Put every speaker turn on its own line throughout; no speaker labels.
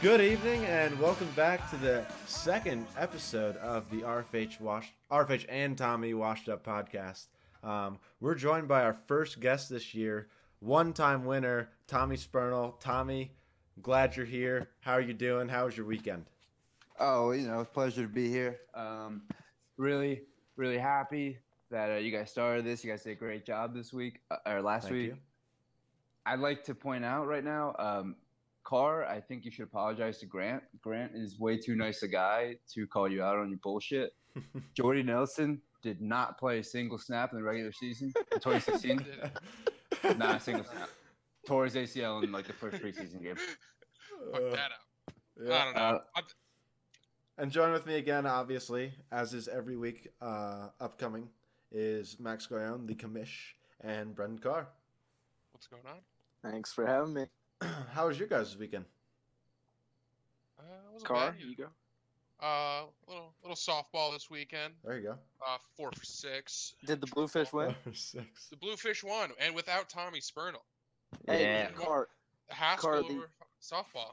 Good evening and welcome back to the second episode of the RFH Wash RFH and Tommy Washed Up podcast. Um, we're joined by our first guest this year, one-time winner Tommy Spernal. Tommy, glad you're here. How are you doing? How was your weekend?
Oh, you know, pleasure to be here. Um, really, really happy that uh, you guys started this. You guys did a great job this week uh, or last
Thank
week.
you.
I'd like to point out right now, um, Carr. I think you should apologize to Grant. Grant is way too nice a guy to call you out on your bullshit. Jordy Nelson did not play a single snap in the regular season in 2016. not a single snap. Tore his ACL in like the first preseason game.
Fuck
Uh,
that up. I
yeah.
don't know.
Uh,
And join with me again, obviously, as is every week. Uh, upcoming is Max Goyon, the commish, and Brendan Carr.
What's going on?
Thanks for having me.
How was your guys' weekend?
Uh, it wasn't
Car,
bad.
you go.
Uh, little little softball this weekend.
There you go.
Uh, four for six.
Did the Bluefish win?
Number six.
The Bluefish won, and without Tommy Spernal,
Hey,
Yeah.
Car,
the Haskell
Carly.
over softball.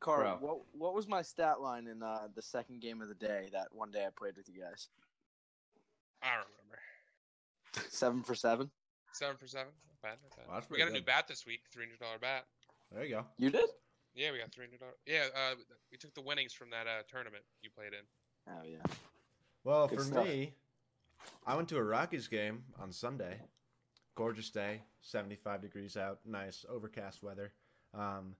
Car,
Bro.
what what was my stat line in uh, the second game of the day that one day I played with you guys?
I don't remember.
Seven for seven.
Seven for seven. Not bad. Not bad.
Wow, that's
we
pretty
got a new
good.
bat this week. Three hundred dollar bat.
There you go.
You did?
Yeah, we got three hundred dollars. Yeah, uh, we took the winnings from that uh, tournament you played in.
Oh yeah.
Well,
Good
for
stuff.
me, I went to a Rockies game on Sunday. Gorgeous day, 75 degrees out, nice overcast weather. Um,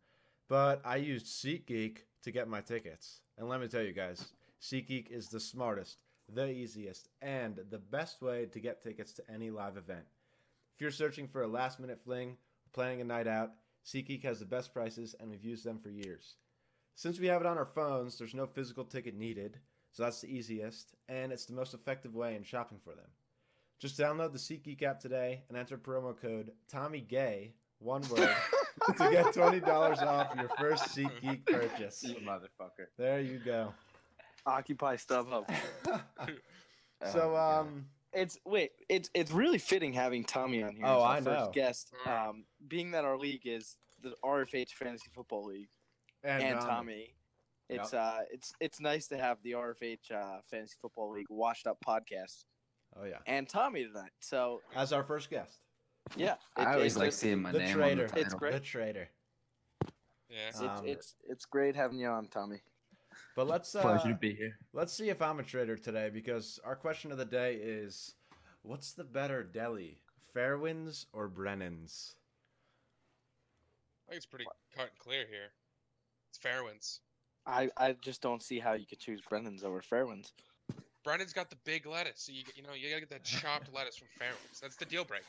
but I used SeatGeek to get my tickets. And let me tell you guys, SeatGeek is the smartest, the easiest, and the best way to get tickets to any live event. If you're searching for a last minute fling, planning a night out, SeatGeek has the best prices, and we've used them for years. Since we have it on our phones, there's no physical ticket needed, so that's the easiest, and it's the most effective way in shopping for them. Just download the SeatGeek app today and enter promo code TOMMYGAY, one word, to get $20 off your first SeatGeek purchase.
You motherfucker.
There you go.
Occupy StubHub.
Oh,
so,
Oh,
my God.
um,
It's wait, it's it's really fitting having Tommy on here.
Oh,
as our
I know.
First guest,
Mm.
um, being that our league is the RFH Fantasy Football League
and, um,
and,
Tommy.
Tommy. It's uh, it's it's nice to have the RFH uh, Fantasy Football League Washed Up podcast
Oh, yeah.
and Tommy tonight. So
As our first guest,
yeah, it-
I always
it's
like
just-
seeing my
the
name
traitor.
on the title.
It's great.
the trader.
Yeah.
It's,
Um,
it's it's great having you on, Tommy.
But let's uh,
Pleasure to be here.
Let's see if I'm a trader today because our question of the day is what's the better deli, Fairwinds or Brennan's?
I think it's pretty cut and clear here. It's Fairwinds.
I, I just don't see how you could choose Brendan's over Fairwinds.
Brennan's got the big lettuce, so you you know you gotta get that chopped lettuce from Fairwinds. That's the deal breaker.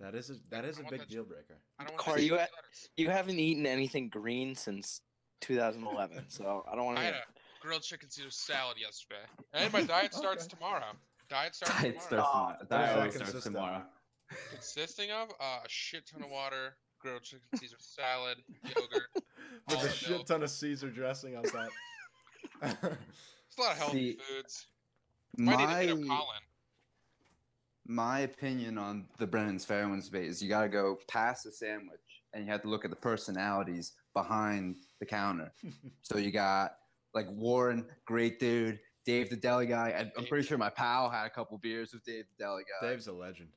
That is a, that is
I
a
want
big
that-
deal breaker.
I don't want
Car,
that
you
sweet
at-
lettuce.
You haven't eaten anything green since 2011, so I don't
Oh,
want
I
to.
had a grilled chicken Caesar salad yesterday, and my diet starts
Okay.
tomorrow. Diet starts
Diet
tomorrow.
starts tomorrow.
Oh,
that
Diet always
consistent.
starts tomorrow.
Consisting of uh, a shit ton of water, grilled chicken Caesar salad, yogurt.
With a
Olive
shit
milk.
ton of Caesar dressing on top.
It's a lot of healthy
See,
foods. Might need to get a
My,
pollen.
my opinion on the Brennan's Fairwinds debate is you got to go past the sandwich and you have to look at the personalities behind the counter. so you got like Warren, great dude, Dave the Deli guy. I, I'm pretty sure my pal had a couple beers with Dave the Deli guy.
Dave's a legend.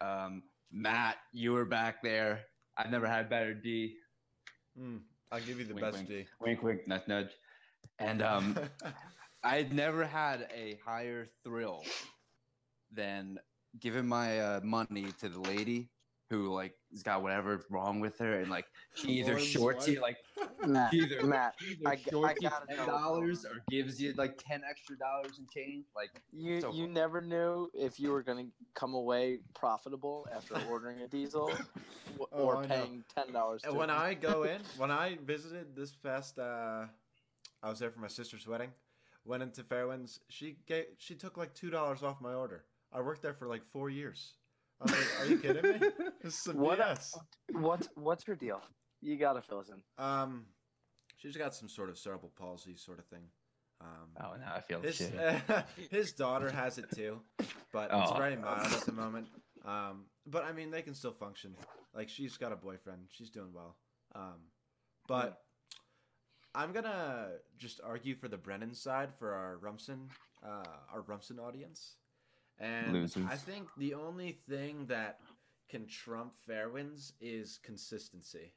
Um, Matt, you were back there. I've never had better D.
Mm, I'll give you the
Wink,
best
wink.
D.
Wink, wink, nudge, nudge. And um, I had never had a higher thrill than giving my uh, money to the lady who like has got whatever wrong with her, and like she either
Lauren's
shorts you like
wife.
Matt,
she either,
Matt,
she
I
either
g- I
shorts you ten
gotta know what's going
dollars
on.
or gives you like ten extra dollars in change. Like
you
So-
you never knew if you were going to come away profitable after ordering a diesel w-
Oh,
or
I know.
paying ten dollars.
And when I go in, when I visited this past, uh, I was there for my sister's wedding. Went into Fairwinds. She gave, she took like two dollars off my order. I worked there for like four years. I was like, "Are you kidding me? This is some
What a-
BS."
what's what's your deal? You gotta fill us in.
Um, she's got some sort of cerebral palsy, sort of thing. Um,
oh, now I feel
his
shit.
his daughter has it too, but it's
Oh.
very mild at the moment. Um, but I mean, they can still function. Like she's got a boyfriend. She's doing well. Um, but I'm gonna just argue for the Brennan side for our Rumson, uh, our Rumson audience, and
Losers.
I think the only thing that can trump Fairwinds is consistency.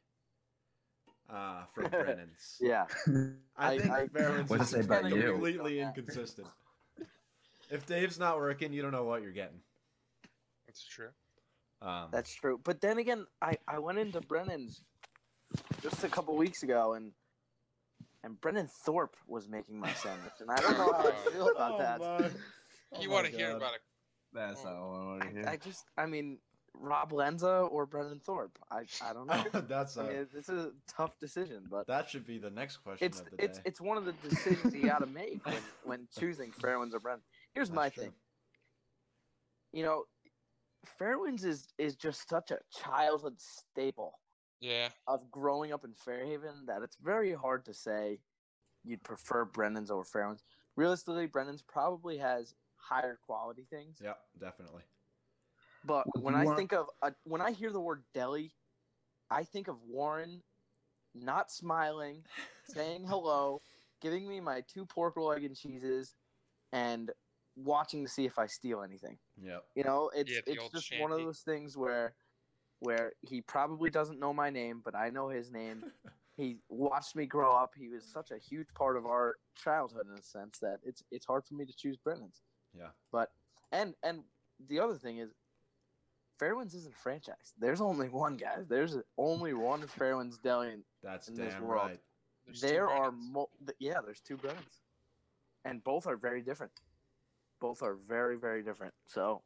Uh, from Brennan's,
Yeah.
I
I-
think
I-
Fairwinds
What
is
does it say about you?
completely inconsistent. if Dave's not working, you don't know what you're getting.
That's true.
Um,
That's true. But then again, I, I went into Brennan's just a couple weeks ago and and Brennan Thorpe was making my sandwich and I don't know how I feel
Oh,
about that.
you want to hear about it?
That's not what I want to hear.
I, I just I mean Rob Lenza or Brennan Thorpe. I, I don't know.
it? That's
I
a,
mean this is a tough decision, but
that should be the next question
it's
of the
it's
day.
it's one of the decisions you gotta make when, when choosing Fairwinds or Brennan. Here's
That's
my
true.
thing. You know, Fairwinds is is just such a childhood staple.
Yeah.
of growing up in Fairhaven that it's very hard to say you'd prefer Brennan's over Fairhaven's. Realistically, Brennan's probably has higher quality things,
Yep, definitely.
but
Would
when
you
I
want-
think of a, when I hear the word deli, I think of Warren not smiling, saying hello, giving me my two pork roll egg and cheeses, and watching to see if I steal anything.
Yep.
You know, it's
Yeah, the
it's
old
just one of
shanty.
those things where where he probably doesn't know my name, but I know his name. he watched me grow up. He was such a huge part of our childhood in a sense that it's it's hard for me to choose Brennan's.
Yeah.
But and and the other thing is Fairwinds isn't franchised. There's only one guy. There's only one Fairwinds Deli. And
That's
in this
damn
world.
right.
There's two
there are
Brennans.
mo- th- yeah, there's two Brennan's. And both are very different. Both are very very different. So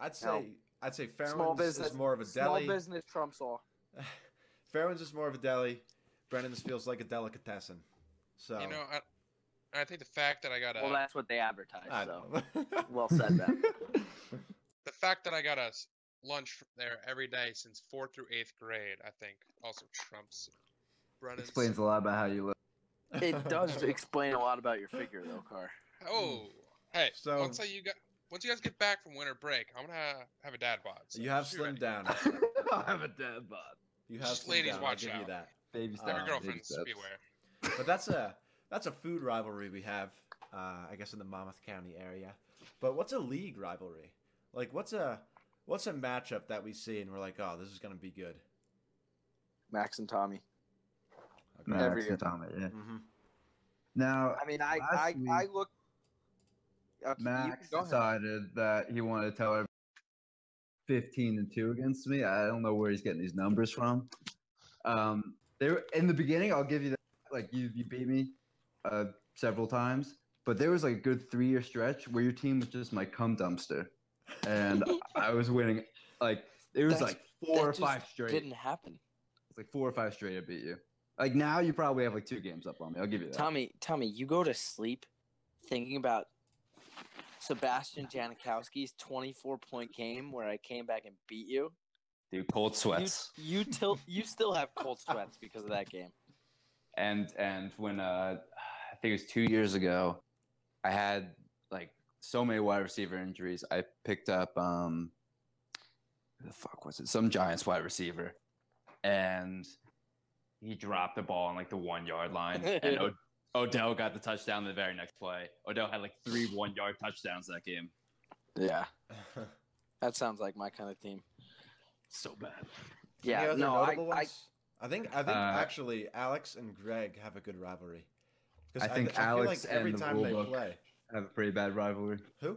I'd say
No.
I'd say
Small
Fairwinds is
business-
more of a
small
deli.
business trumps all.
Fairwinds is more of a deli. Brennan's feels like a delicatessen. So
You know, I, I think the fact that I got a
Well, that's what they advertise.
I
so
don't know.
well said that.
the fact that I got a s- lunch there every day since fourth through eighth grade, I think also trumps Brennan's.
Explains a lot about how you look.
It does explain a lot about your figure, though, Car.
Oh, hey!
So-
once I, you got once you guys get back from winter break, I'm gonna ha- have a dad bod. so
you have
just be
slimmed
ready.
down.
I have a dad bod.
You have
Just
slimmed
ladies
down.
watch
I'll give you
out.
that.
Baby
Every
steps.
Your
Um,
baby
girlfriends
steps.
beware.
But that's a that's a food rivalry we have, uh, I guess, in the Monmouth County area. But what's a league rivalry? Like, what's a what's a matchup that we see and we're like, oh, this is gonna be good.
Max and Tommy.
Okay.
Max
Every-
and Tommy, yeah.
hmm
Now,
I mean, I
Last
I,
week,
I look. Okay,
Max
you, go ahead.
decided that he wanted to tell everybody 15 and 2 against me. I don't know where he's getting these numbers from. Um, they were, in the beginning, I'll give you that. Like, you, you beat me uh, several times, but there was like a good three year stretch where your team was just my cum dumpster. And I was winning, like, it was
That's-
like four or
that just
five straight.
Didn't happen.
It's like four or five straight I beat you. Like, now you probably have like two games up on me. I'll give you that.
Tommy, Tommy, you go to sleep thinking about Sebastian Janikowski's 24 point game where I came back and beat you.
Dude, cold
You, you till you still have cold sweats because of that game.
and and when uh i think it was two years ago i had like so many wide receiver injuries i picked up um who the fuck was it some giants wide receiver and he dropped the ball on like the one yard line and o- odell got the touchdown the very next play odell had like three one yard touchdowns that game
Yeah, that sounds like my kind of team.
so bad
Any
Yeah,
other
no, I,
notable
I
ones? I think I think
Uh,
actually Alex and Greg have a good rivalry. 'Cause
I think
feel
Alex and the rulebook.
play.
i have a pretty bad rivalry
Who?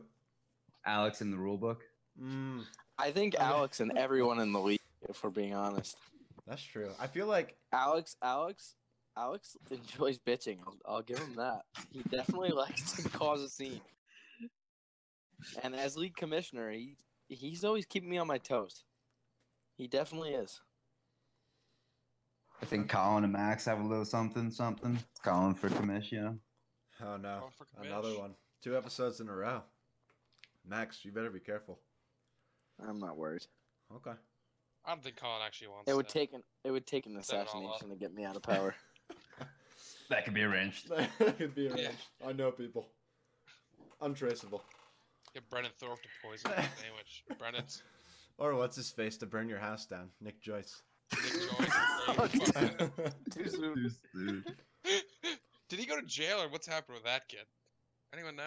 alex in the rule book
Mm,
I think
Okay.
Alex and everyone in the league, if we're being honest.
that's true. I feel like
Alex, Alex, Alex enjoys bitching. I'll, I'll give him that. He definitely likes to cause a scene. And as league commissioner, he he's always keeping me on my toes. He definitely is.
i think colin and max have a little something something colin for commission
oh no,
Oh, fuck,
another
bitch.
one. Two episodes in a row. Max, you better be careful.
I'm not worried.
Okay.
I don't think Colin actually wants.
It would
that.
take an it would take an
Set it all
assassination to get me out of power.
that could be arranged
that could be
Yeah.
arranged. I know people. Untraceable.
get Brennan Thorpe to poison the sandwich. Brennan's.
Or what's his face to burn your house down? Nick Joyce.
Nick Joyce is saying, "Fuck
Too
Too soon.
Dude,
that." go to jail or what's happened with that kid? Anyone know?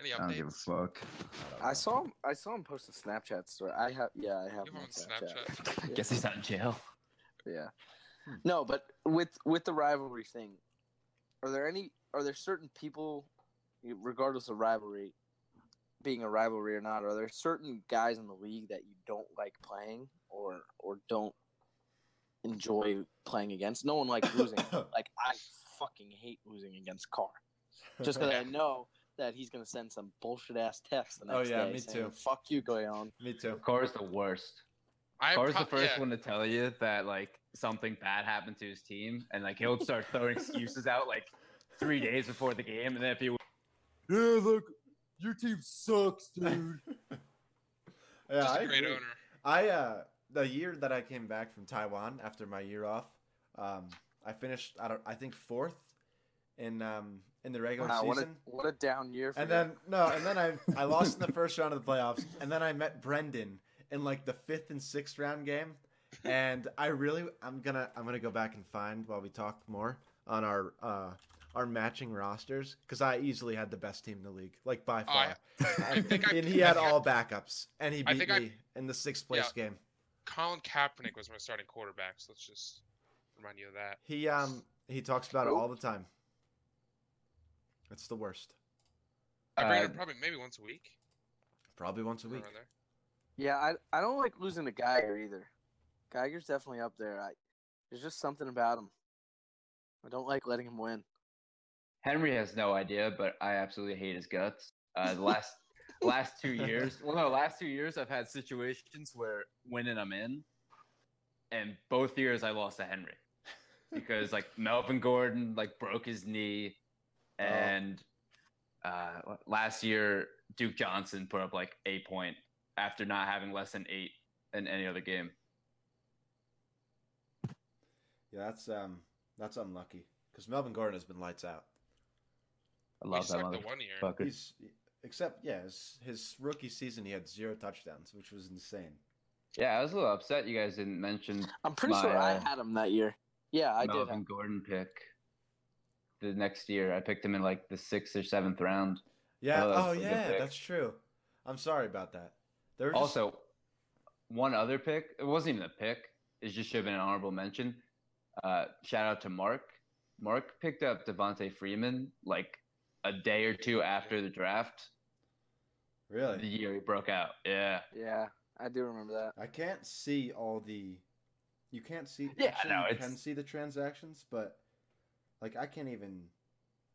Any
I don't give a
updates?
fuck.
I saw him. I saw him post a Snapchat story. I have. Yeah, I have
You
him on
on
Snapchat.
Snapchat?
Yeah.
Guess he's not in jail.
Yeah.
Hmm.
No, but with with the rivalry thing, are there any? Are there certain people, regardless of rivalry, being a rivalry or not? Are there certain guys in the league that you don't like playing or or don't enjoy playing against? No one likes losing. like I fucking hate losing against Carr just because I know that he's gonna send some bullshit ass text the
Oh,
next
yeah,
day
me
saying,
too.
"Fuck you, Goyon."
Me too.
Car's the worst.
I
Car's the
prob-
first
yeah,
one to tell you that like something bad happened to his team, and like he'll start throwing excuses out like three days before the game, and then if you
Yeah, look, your team sucks,
dude. Yeah,
Just
I
a great
agree.
owner.
I uh the year that I came back from Taiwan after my year off, um, I finished I don't I think fourth in um in the regular
Wow, what a,
season.
what a down year for
And
you.
then no, and then I I lost in the first round of the playoffs, and then I met Brendan in like the fifth and sixth round game, and I really I'm gonna I'm gonna go back and find while we talk more on our uh our matching rosters because I easily had the best team in the league like by
Oh,
far,
I- I think I,
and he had
I think I-
all backups, and he
I
beat
think
me
I-
in the sixth place game.
Colin Kaepernick was my starting quarterback, so let's just remind you of that.
He um he talks about it all the time. It's the worst.
I bring
Uh,
it up probably maybe once a week.
Probably once a
somewhere
week.
around there.
Yeah, I I don't like losing to Geiger either. Geiger's definitely up there. I there's just something about him. I don't like letting him win.
Henry has no idea, but I absolutely hate his guts. Uh, the last last two years, well, no, last two years, I've had situations where winning I'm in, and both years I lost to Henry because like Melvin Gordon like broke his knee,
Oh.
and uh, l- last year Duke Johnson put up like a point after not having less than eight in any other game.
Yeah, that's um that's unlucky because Melvin Gordon has been lights out.
I
We
love that
sucked the
motherfucker.
one year.
He's except yeah, his, his rookie season he had zero touchdowns, which was insane.
Oh, Yeah, I was a little upset you guys didn't mention
I'm pretty
My,
sure I
uh,
had him that year. Yeah, I did.
Melvin
Have,
Gordon pick the next year. I picked him in like the sixth or seventh round.
Yeah.
Oh, that's
Oh,
a good
yeah,
pick.
that's true. I'm sorry about that. There were just-
Also, one other pick. It wasn't even a pick. It just should have been an honorable mention. Uh, shout out to Mark. Mark picked up Devontae Freeman like a day or two after the draft. The
really,
year he broke out. Yeah.
yeah, I do remember that.
I can't see all the. You can't see.
Yeah,
actually,
no,
you
it's-
can see the transactions, but like I can't even.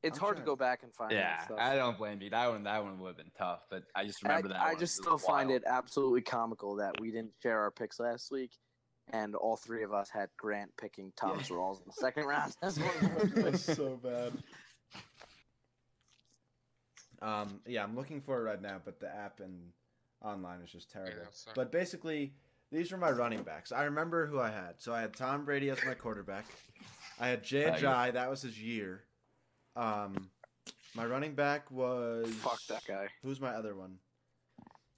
It's
I'm
hard
trying-
to go back and find. that stuff.
I don't blame you. That one that one would have been tough, but I just
And I-
remember that
I
one.
just
was
still find
wild.
it absolutely comical that we didn't share our picks last week, and all three of us had Grant picking Thomas
Yeah.
Rawls in the second round. That's one of the worst
That's so bad. Um, yeah, I'm looking for it right now, but the app and online is just terrible.
it sucked.
but basically, these were my running backs. I remember who I had. So I had Tom Brady as my quarterback. I had
Tiger.
JHI. That was his year. Um, my running back was
Fuck that guy.
Who's my other one?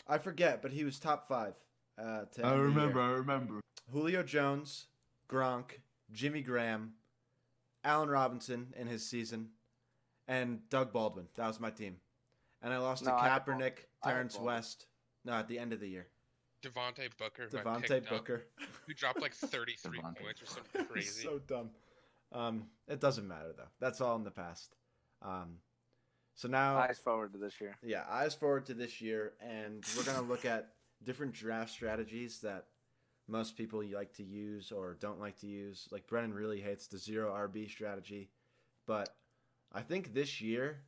I forget, but he was top five. Uh, to
I
end the
remember,
year.
I remember.
Julio Jones, Gronk, Jimmy Graham, Allen Robinson in his season, and Doug Baldwin. That was my team. And I lost
No,
to
I had Bal-
Kaepernick,
I had
Terrence
Baldwin.
West. No, at the end of the year.
Devontae Booker, who I
Devontae
picked up,
Booker.
who dropped like 33
Devontae
points or
It's
something crazy.
so dumb. Um, it doesn't matter, though. That's all in the past. Um, so now.
Eyes forward to this year.
Yeah, eyes forward to this year, and we're gonna look at different draft strategies that most people like to use or don't like to use. Like Brennan really hates the zero RB strategy, but I think this year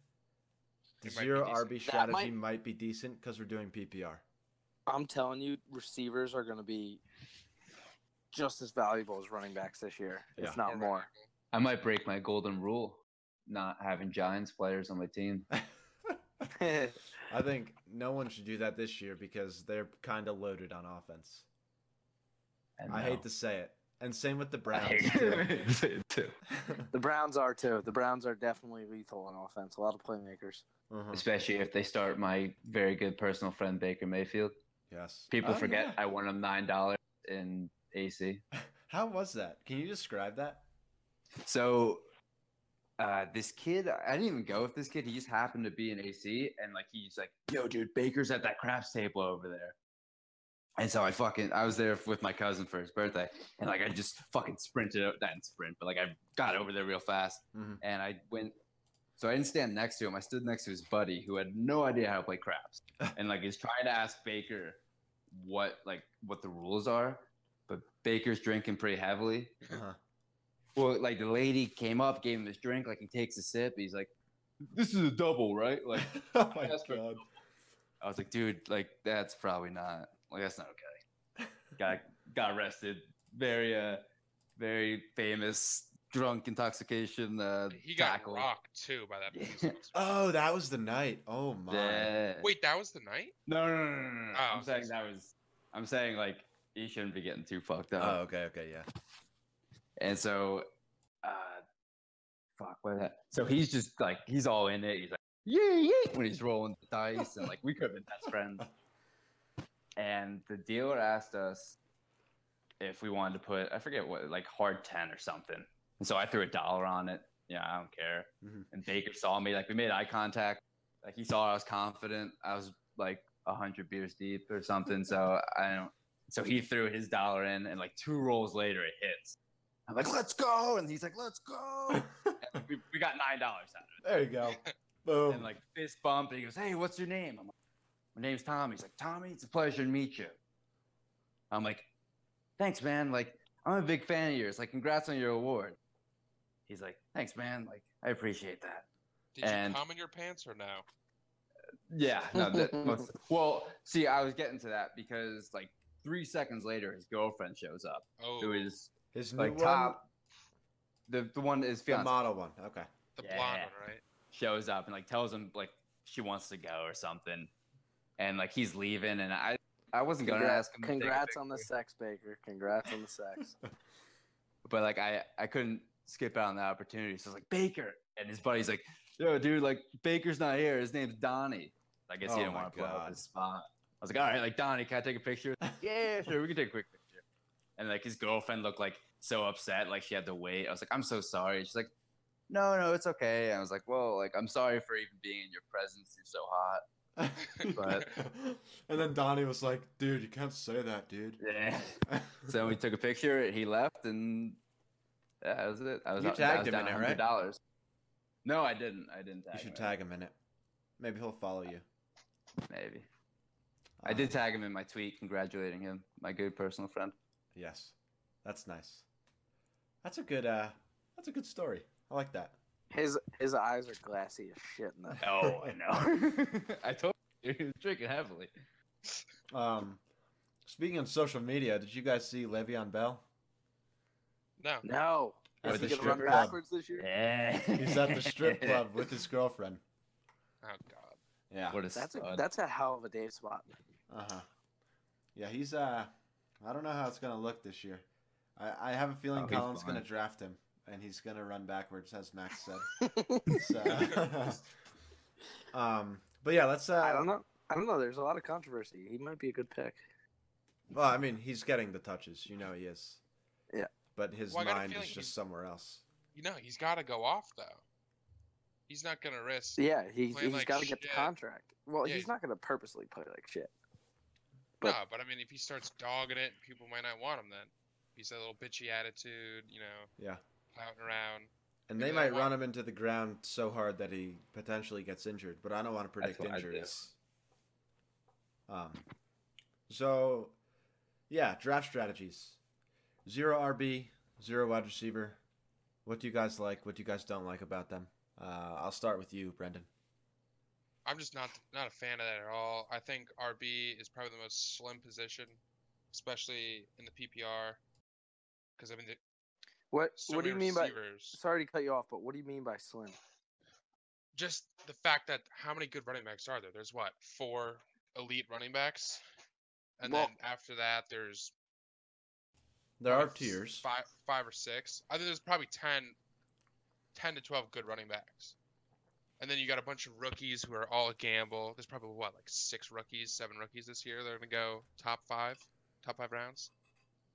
the
It might be
zero
decent.
RB
That
strategy might...
might-
be decent because we're doing PPR.
I'm telling you, receivers are going to be just as valuable as running backs this year,
Yeah.
if not
Or
more.
I might break my golden rule, not having Giants players on my team.
I think no one should do that this year because they're kind of loaded on offense. I hate to say it, and same with the Browns. too.
too.
the Browns are too. The Browns are definitely lethal on offense. A lot of playmakers.
Uh-huh.
Especially if they start my very good personal friend Baker Mayfield.
Yes,
People
Oh,
forget
yeah.
I won him nine dollars in AC.
How was that? Can you describe that?
So, uh, uh, this kid, I didn't even go with this kid. He just happened to be in AC, and like he's like, "Yo, dude, Baker's at that craps table over there." And so I fucking I was there with my cousin for his birthday, and like I just fucking sprinted out, not sprint, but like I got over there real fast,
Mhm.
and I went. So I didn't stand next to him. I stood next to his buddy who had no idea how to play craps, and like is trying to ask Baker what like what the rules are, but Baker's drinking pretty heavily,
Uh-huh.
well, like the lady came up, gave him this drink. Like he takes a sip. He's like, "This is a double, right?" Like
oh my
That's for-
god.
I was like, "Dude, like that's probably not. Like that's not okay." Got got arrested. Very uh, very famous drunk intoxication. Uh,
He got
tackle.
rocked too by that
Yeah.
police officer.
Oh, that was the night. Oh my.
Yeah.
Wait, that was the night?
No, no, no, no, no, no.
Oh,
I'm saying that was. I'm saying like he shouldn't be getting too fucked up.
Oh, okay, okay, yeah.
And so, uh, fuck, what that? So he's just like, he's all in it. He's like, yeah, yeah, when he's rolling the dice. And like, we could have been best friends. And the dealer asked us if we wanted to put, I forget what, like hard 10 or something. And so I threw a dollar on it. Yeah, I don't care.
Mhm.
And Baker saw me. Like, we made eye contact. Like, he saw I was confident. I was like 100 beers deep or something. So I don't, so he threw his dollar in. And like two rolls later, it hits. I'm like, let's go. And he's like, let's go. And we, we got $9 out of it
There you go. Boom.
and like fist bump. And he goes, "Hey, what's your name?" I'm like, "My name's Tommy." He's like, "Tommy, it's a pleasure to meet you." I'm like, "Thanks, man. Like, I'm a big fan of yours. Like, congrats on your award." He's like, "Thanks, man. Like, I appreciate that."
Did
And-
you come in your pants or no?
Yeah. No, that most, well, see, I was getting to that because like three seconds later, his girlfriend shows up.
Oh,
Who is
His new
like
one,
top. The the one is
the
fiance
model one. Okay.
the
Yeah.
blonde one, right?
shows up and like tells him like she wants to go or something, and like he's leaving, and I I wasn't gonna
Congra-
ask him. to take a
Congrats on the
picture,
sex, Baker. Congrats on the sex.
but like I I couldn't skip out on that opportunity. So I was like Baker, and his buddy's like, Yo, dude, like Baker's not here. His name's Donnie. I guess
Oh
he didn't
my
want to blow up
God.
his spot. I was like, All right, like Donnie, can I take a picture? Like, yeah, sure, we can take a quick picture. And like his girlfriend looked like so upset, like she had to wait. I was like, I'm so sorry. She's like, No, no, it's okay. And I was like, Well, like I'm sorry for even being in your presence. You're so hot. But-
and then Donnie was like, dude, you can't say that, dude.
Yeah. so we took a picture. He left, and that was it. I was
You
out- I
tagged
was
him in
down
it, right?
$100. No, I didn't. I didn't tag.
you should
him.
tag him in it. Maybe he'll follow you. Ah,
Maybe I did tag him in my tweet congratulating him, my good personal friend.
Yes. That's nice. That's a good uh that's a good story. I like that.
His his eyes are glassy as shit. In the-
Oh, I know. I told you he was drinking heavily.
Um speaking of social media, did you guys see Le'Veon Bell?
No.
no.
Or
Is
the
he gonna
strip
run
club.
backwards this year?
Yeah,
He's at the strip club with his girlfriend.
Oh god.
Yeah.
What a
That's a
stud.
that's a hell of a day spot.
Uh huh. Yeah, he's uh, I don't know how it's gonna look this year. I, I have a feeling
Oh, he's
Colin's gonna
fine.
draft him, and he's gonna run backwards, as Max said. so, um, but yeah, let's. Uh,
I don't know. I don't know. There's a lot of controversy. He might be a good pick.
Well, I mean, he's getting the touches. You know, he is.
Yeah.
But his
Well, I got a
mind is
feeling
just
he's-
somewhere else.
You know, he's got to go off though. He's not gonna risk.
Yeah, he's
Play
he's
like
got to get the
shit.
contract. Well,
Yeah,
he's
he-
not going to purposely play like shit.
No,
but-
but I mean, if he starts dogging it, people might not want him then. He's that little bitchy attitude, you know,
Yeah.
pouting around.
And they
Yeah,
might
why-
run him into the ground so hard that he potentially gets injured, but I don't want to predict
what I'd do.
injuries. Um, so, yeah, draft strategies. Zero RB, zero wide receiver. What do you guys like? What do you guys don't like about them? Uh, I'll start with you, Brendan.
I'm just not not a fan of that at all. I think RB is probably the most slim position, especially in the PPR. Because I mean, the-
What
so
what do you
many
mean by?
receivers.
Sorry to cut you off, but what do you mean by slim?
just the fact that how many good running backs are there? There's what four elite running backs, and
Well-
then after that, there's
There are
like
tiers.
five, five or six. I think there's probably 10, 10 to twelve good running backs, and then you got a bunch of rookies who are all a gamble. There's probably what like six rookies, seven rookies this year. They're gonna go top five, top five rounds,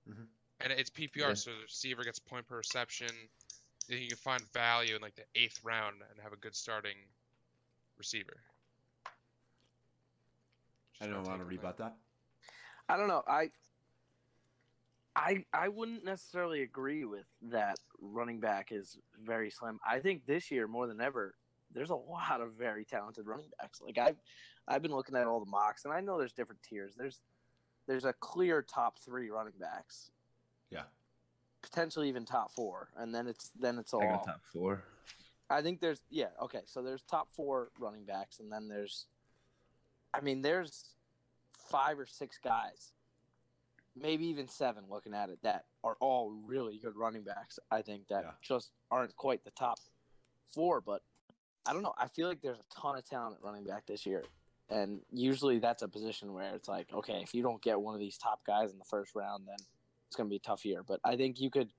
Mhm.
and it's PPR,
Yeah.
so the receiver gets point per reception. and you can find value in like the eighth round and have a good starting receiver. Just
I don't
my
want to
take on
rebut that.
I don't know. I I I wouldn't necessarily agree with that running back is very slim. I think this year more than ever, there's a lot of very talented running backs. Like I've I've been looking at all the mocks and I know there's different tiers. There's there's a clear top three running backs.
Yeah.
Potentially even top four. And then it's then it's all
I got top four.
I think there's yeah okay. So there's top four running backs, and then there's, I mean, there's five or six guys, maybe even seven. Looking at it, that are all really good running backs. I think that
Yeah.
just aren't quite the top four, but I don't know. I feel like there's a ton of talent at running back this year, and usually that's a position where it's like, okay, if you don't get one of these top guys in the first round, then it's going to be a tough year. But I think you could,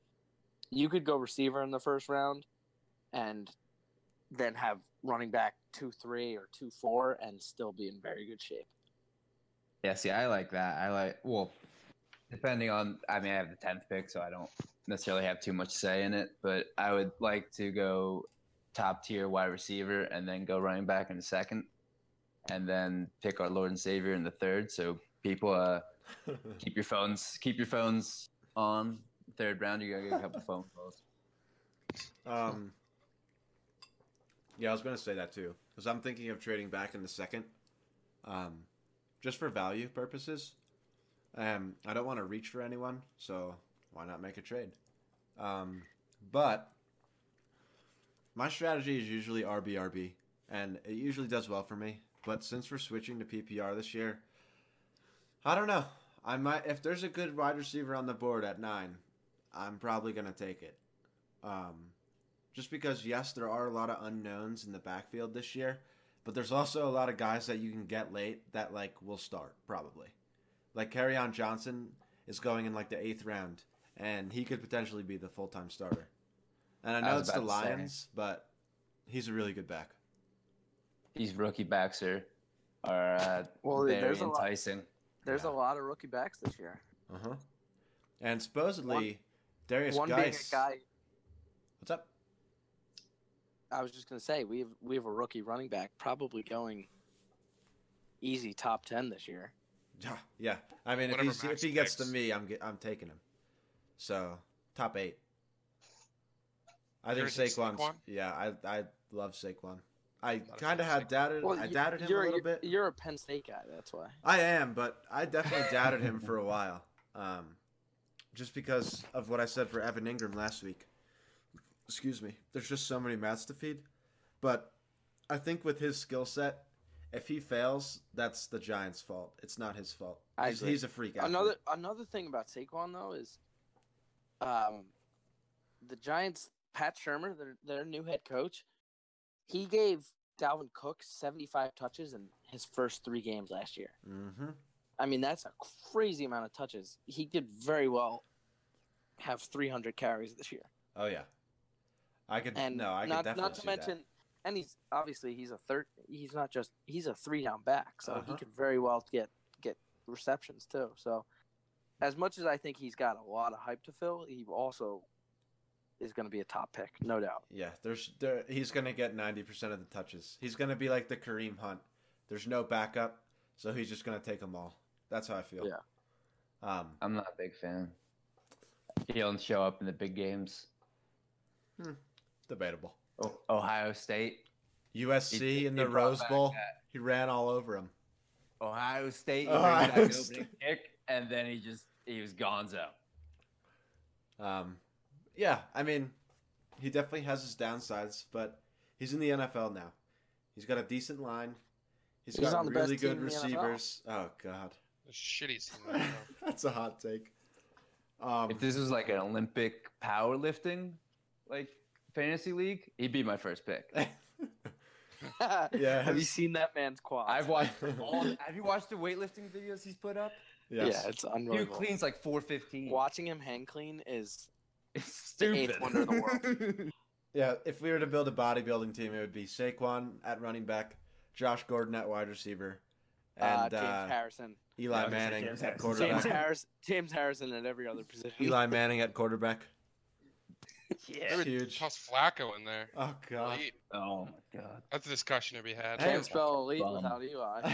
you could go receiver in the first round and then have running back two three or two four and still be in very good shape.
Yeah, see, I like that. I like well, depending on. I mean, I have the tenth pick, so I don't necessarily have too much say in it. But I would like to go top tier wide receiver, and then go running back in the second, and then pick our Lord and Savior in the third. So people, uh, keep your phones, keep your phones on. Third round, you gotta get a couple phone calls.
Um, yeah, I was going to say that too because I'm thinking of trading back in the second, um, just for value purposes. Um, I don't want to reach for anyone, so why not make a trade? Um, but my strategy is usually RBRB, and it usually does well for me. But since we're switching to PPR this year, I don't know. I might if there's a good wide receiver on the board at nine, I'm probably going to take it. Um, just because yes, there are a lot of unknowns in the backfield this year, but there's also a lot of guys that you can get late that like will start probably. Like on Johnson is going in like the eighth round, and he could potentially be the full time starter. And I
I
know
was
it's the
about to say.
Lions, but he's a really good back.
These rookie backs are are uh,
Well,
very
there's a lot-
enticing.
There's
Yeah.
a lot of rookie backs this year.
Uh huh. And supposedly Darius
One being
Geis.
a guy
What's up?
I was just gonna say we have we have a rookie running back probably going easy top ten this year.
Yeah, yeah. I mean, if,
Whatever
he's, if
Max
he gets to
picks.
me, I'm ge- I'm taking him. So top eight. I
You're
think
gonna take
Saquon's.
Saquon?
Yeah, I I love Saquon. I
of
kind of
people
had
like-
doubted. I
you-
doubted him a
you're,
little
you're-
bit.
You're a Penn State guy, that's why.
I am, but I definitely doubted him for a while. Um, just because of what I said for Evan Ingram last week. Excuse me. There's just so many mouths to feed. But I think with his skill set, if he fails, that's the Giants' fault. It's not his fault.
I
He's,
agree.
he's a freak athlete.
Another another thing about Saquon though is, um, the Giants Pat Shermer, their their new head coach, he gave Dalvin Cook seventy five touches in his first three games last year.
Mm-hmm.
I mean that's a crazy amount of touches. He could very well have three hundred carries this year.
Oh yeah, I could.
And
no, I could
not
definitely
not to
see
mention, and he's obviously he's a third. He's not just he's a three down back, so he
Uh-huh.
could very well get get receptions too. So, as much as I think he's got a lot of hype to fill, he also is going to be a top pick, no doubt.
that. Yeah, there's there. He's gonna get ninety percent of the touches. He's gonna be like the Kareem Hunt. There's no backup, so he's just gonna take them all. That's how I feel.
Yeah.
Um.
I'm not a big fan. He don't show up in the big games.
Debatable.
Oh, Ohio State.
USC
He-
in
he
the
brought
Rose
back
Bowl,
that
he ran all over him.
Ohio State. He
Ohio
brings back an
State.
opening kick, and then he just he was Gonzo.
Um. Yeah, I mean, he definitely has his downsides, but he's in the NFL now. He's got a decent line.
He's
got
on the best
really good
team in the NFL.
receivers. Oh God,
The shitty team right now.
that's a hot take. Um,
If this was like an Olympic powerlifting, like fantasy league, he'd be my first pick.
Yeah,
Have you
it's-
seen that man's quad?
I've watched all. Have you watched the weightlifting videos he's put up?
Yes.
Yeah, it's
Dude
unbelievable.
cleans like 415.
Watching him hand clean is
It's
the
stupid.
eighth wonder of the
Yeah, if we were to build a bodybuilding team, it would be Saquon at running back, Josh Gordon at wide receiver,
uh,
and uh,
James Harrison,
Eli
Yeah, I was gonna say
Manning
James
at
Harrison.
James
quarterback.
Harris, James Harrison at every other position.
Eli Manning at quarterback.
They would
Huge.
Toss Flacco in there.
Oh god.
Elite.
Oh my god.
That's a discussion to be had.
Hey,
Can't spell elite
bum.
without Eli.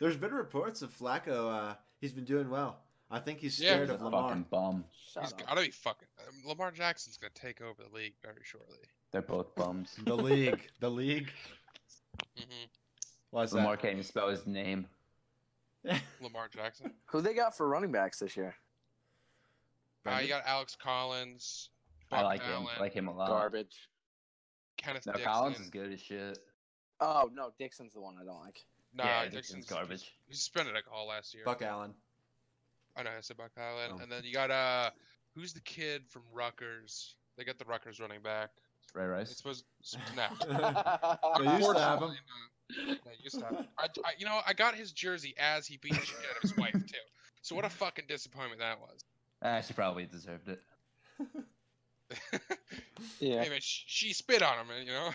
There's been reports of Flacco. Uh, he's been doing well. I think he's
Yeah.
scared of
Fucking
Lamar.
bum.
Shut
He's
up.
gotta be fucking. um, Lamar Jackson's gonna take over the league very shortly.
They're both bums.
The league. The league.
hmm
Why's that?
Lamar can't even spell his name.
Lamar Jackson.
Who they got for running backs this year?
Uh,
Brandon?
you got Alex Collins.
I
Buck
like him.
Allen,
I like him a lot.
Garbage.
Kenneth
No,
Dixon.
Collins is good as shit.
Oh no, Dixon's the one I don't like.
Nah,
yeah, Dixon's
Dixon's,
garbage.
He suspended like all last year.
Buck Allen.
I know I said Buck Allen.
Oh.
And then you got uh, who's the kid from Rutgers? They got the Rutgers running back.
Ray
It's
Rice.
supposed no.
They used to have
Unfortunately, no. uh, They used to have him. I, I, you know, I got his jersey as he beat the shit out of his wife too. So what a fucking disappointment that was.
Ah, she probably deserved it.
yeah.
Hey, man, she, she spit on him, and you know. nah, I'm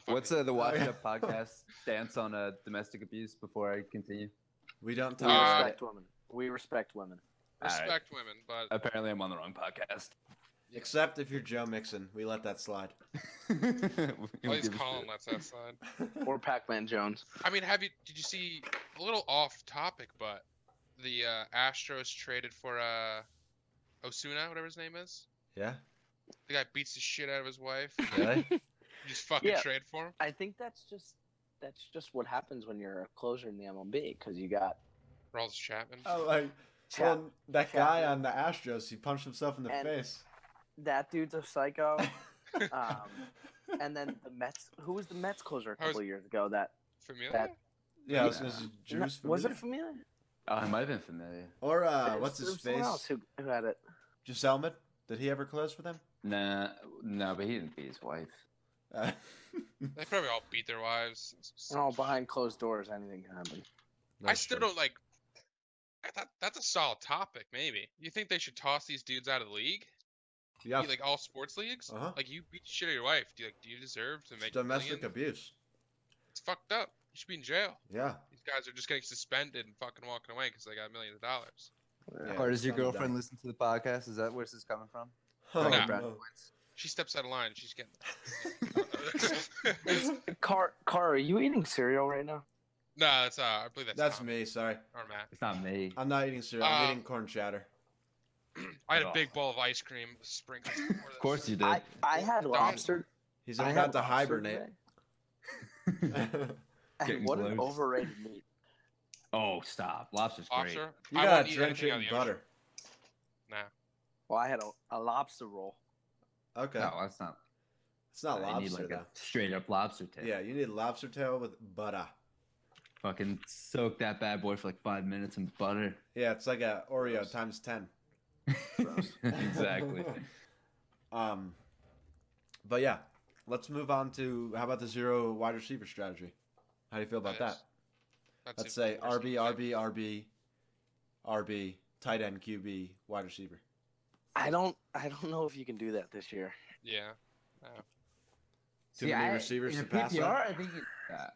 fucking-
What's uh, the Watch
yeah.
Up podcast stance on uh, domestic abuse before I continue?
We don't
We
talk about it.
respect women. We respect women.
respect women, but
Apparently, I'm on the wrong podcast.
Except if you're Joe Mixon, we let that slide.
We
at least
give a
Colin
shit.
lets that slide.
Or Pac-Man Jones.
I mean, have you? Did you see a little off topic, but the uh, Astros traded for uh, Osuna, whatever his name is.
yeah.
The guy beats the shit out of his wife.
Really?
You just fucking
Yeah.
trade for him.
I think that's just that's just what happens when you're a closer in the MLB because you got
Rawls Chapman.
Oh, like,
Chap-
well, that
Chap-
guy on the Astros, he punched himself in the
And-
face.
that dude's a psycho. um, and then the Mets. Who was the Mets closer a
How's-
couple years ago? That
Familiar?
that-
yeah, I was gonna
Yeah.
say Juice.
was it
Familia.
familiar?
Oh, I might have been familiar.
Or uh,
There
what's
was
his
someone else
face?
who, who had it?
Giselman? Did he ever close for them?
Nah, no, but he didn't beat his wife.
Uh,
They probably all beat their wives.
Oh, behind closed doors, anything can happen.
I still don't like. I thought that's a solid topic. Maybe you think they should toss these dudes out of the league,
Yeah.
You, like all sports leagues.
Uh-huh.
Like you beat the shit out of your wife. Do you like? Do you deserve to
It's
make
domestic
millions?
abuse.
It's fucked up. You should be in jail.
Yeah.
These guys are just getting suspended and fucking walking away because they got millions of dollars.
yeah
or does
it's
your
on the
girlfriend listen to the podcast? Is that where this is coming from?
down.
Nah.
Oh, no.
She steps out of line. She's getting.
Car, Car, are you eating cereal right now?
no, that's uh, I believe that's.
That's
Tom
me. Sorry,
Or Matt.
It's not me.
I'm not eating cereal. I'm
Uh,
eating corn chowder.
I had
Oh.
a big bowl of ice cream sprinkled.
Of course you did.
I, I had lobster.
He's
I
about
had
to
lobster
hibernate.
today,
you
And
Getting
what an
close.
overrated meat.
oh, stop. Lobster's great.
Lobster. I wouldn't
gotta
eat
drench
anything
it
out of
in
the ocean.
butter.
Well, I had a, a lobster roll.
Okay,
No, that's not.
it's not
I need
lobster
like a
though.
straight up lobster tail.
Yeah, you need lobster tail with butter.
Fucking soak that bad boy for like five minutes in butter.
Yeah, it's like a Oreo
Gross.
times ten.
exactly.
um, but yeah, let's move on to how about the zero wide receiver strategy? How do you feel about
Nice.
that? Let's say RB, RB, RB, RB, tight end, QB, wide receiver.
I don't I don't know if you can do that this year.
Yeah.
Too many receivers
in
to
a
pass
PPR,
up?
I think. It, yeah.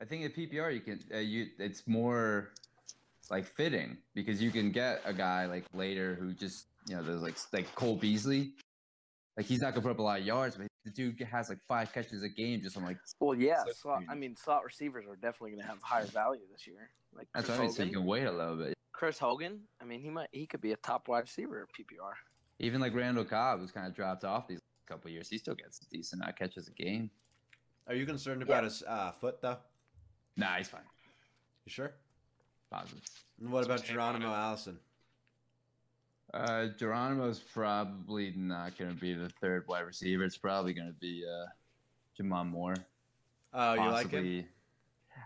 I think in PPR you can uh, you it's more like fitting because you can get a guy like later who just you know there's like like Cole Beasley, like he's not gonna put up a lot of yards, but the dude has like five catches a game. Just I'm like
Well, yeah,
So-
slot, I mean, slot receivers are definitely going to have higher value this year. Like
that's
Chris
what I mean. So you
Hogan.
can wait a little bit.
Chris Hogan, I mean, he might he could be a top wide receiver at PPR.
Even like Randall Cobb, who's kind of dropped off these couple years, he still gets decent uh, catches a game.
Are you concerned about his uh, foot though?
Nah, he's fine.
You sure?
Positive.
And what about
Let's take on
Geronimo
it.
Allison?
Uh, Geronimo's probably not going to be the third wide receiver. It's probably going to be uh, Jamon Moore.
Oh, you like him?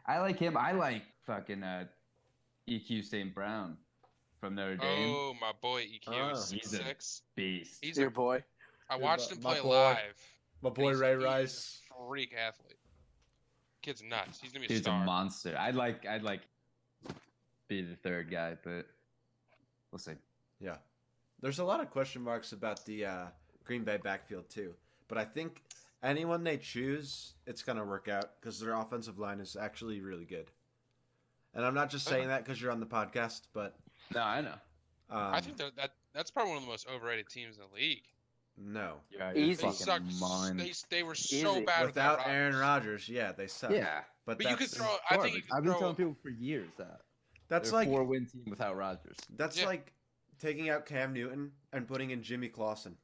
I like him. I like fucking uh, EQ St. Brown from Notre Dame.
Oh, my boy EQ
Oh,
is
he's a-
six.
Beast.
He's
Your
a,
boy,
I
Your
watched
bu-
him
my
play
boy.
live.
My boy
He's-
Ray
he's a
Rice.
freak athlete. Kid's nuts. He's gonna be a
Dude's a
star.
monster. I'd like. I'd like be the third guy, but we'll see.
Yeah. There's a lot of question marks about the uh, Green Bay backfield too, but I think anyone they choose, it's gonna work out because their offensive line is actually really good. And I'm not just saying that because you're on the podcast, but
No, I know.
um,
I think that, that That's probably one of the most overrated teams in the league.
No.
Yeah,
you're Easy.
They
Fucking
sucked. s- They, they were so
Easy.
bad
Without
without
Aaron
Rodgers.
Rodgers, yeah, they suck.
yeah,
But,
But
that's,
you could throw. I think you
I've
could
been
throw.
telling people for years that
that's
they're a
like
four-win team without Rodgers.
that's
Yeah.
like taking out Cam Newton and putting in Jimmy Clausen.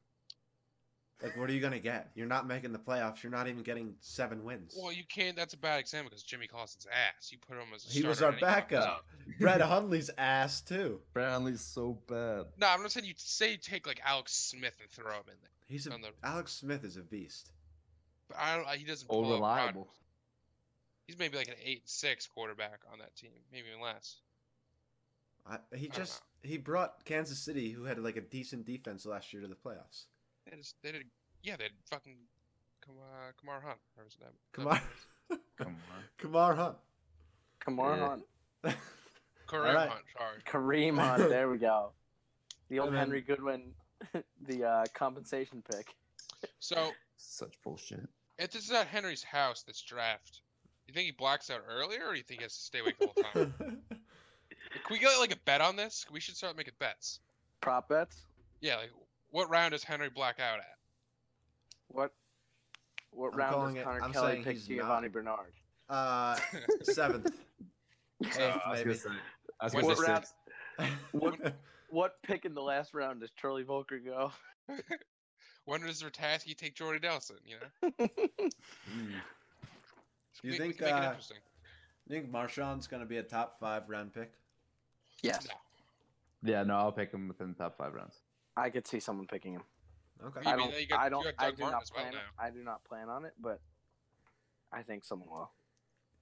Like, what are you gonna get? You're not making the playoffs. You're not even getting seven wins.
Well, you can't. That's a bad example because Jimmy Clausen's ass. You put him as a
he was our
starter in any
backup. Brett Hundley's ass too.
Brownlee's so bad.
No, I'm not saying you say you take like Alex Smith and throw him in there,
He's a,
On the-
Alex Smith is a beast.
but I don't. He doesn't.
Old
pull up Rodgers.
reliable.
He's maybe like an eight and six quarterback on that team, maybe even less.
I, he
don't
just he brought Kansas City, who had like a decent defense last year, to the playoffs.
They just they did. Yeah, they had fucking Kamar, Kamar Hunt. Or his name.
Kamar
Come
Kamar Hunt.
Kamar
Yeah.
Hunt,
Kareem
right.
Hunt. Sorry.
Kareem Hunt. There we go. The old
And then-
Henry Goodwin, the uh, compensation pick.
So
Such bullshit.
if this is at Henry's house, this draft, you think he blacks out earlier, or you think he has to stay awake the whole time? Can we get like a bet on this? We should start making bets.
Prop bets.
Yeah, like what round does Henry black out at?
What? What
I'm calling it-
round does Connor
I'm
Kelly
saying
pick
he's
Giovanni
not.
Bernard?
uh, seventh,
Uh,
eighth, maybe.
I was
What
gonna
What
say
round?
six.
What- What pick in the last round does Charlie Volker go?
When does Ratasky take Jordy Nelson? You know,
Mm. Do you
We- we
think,
can make it
uh,
interesting.
You think Marshawn's gonna be a top five round pick?
Yes,
No.
Yeah, no, I'll pick him within the top five rounds.
I could see someone picking him.
Okay.
You
I
mean, uh,
don't.
you got-
I
you
don't.
got
I
Doug
do
Martin
not
as well
plan.
now.
I do not plan on it, but I think someone will.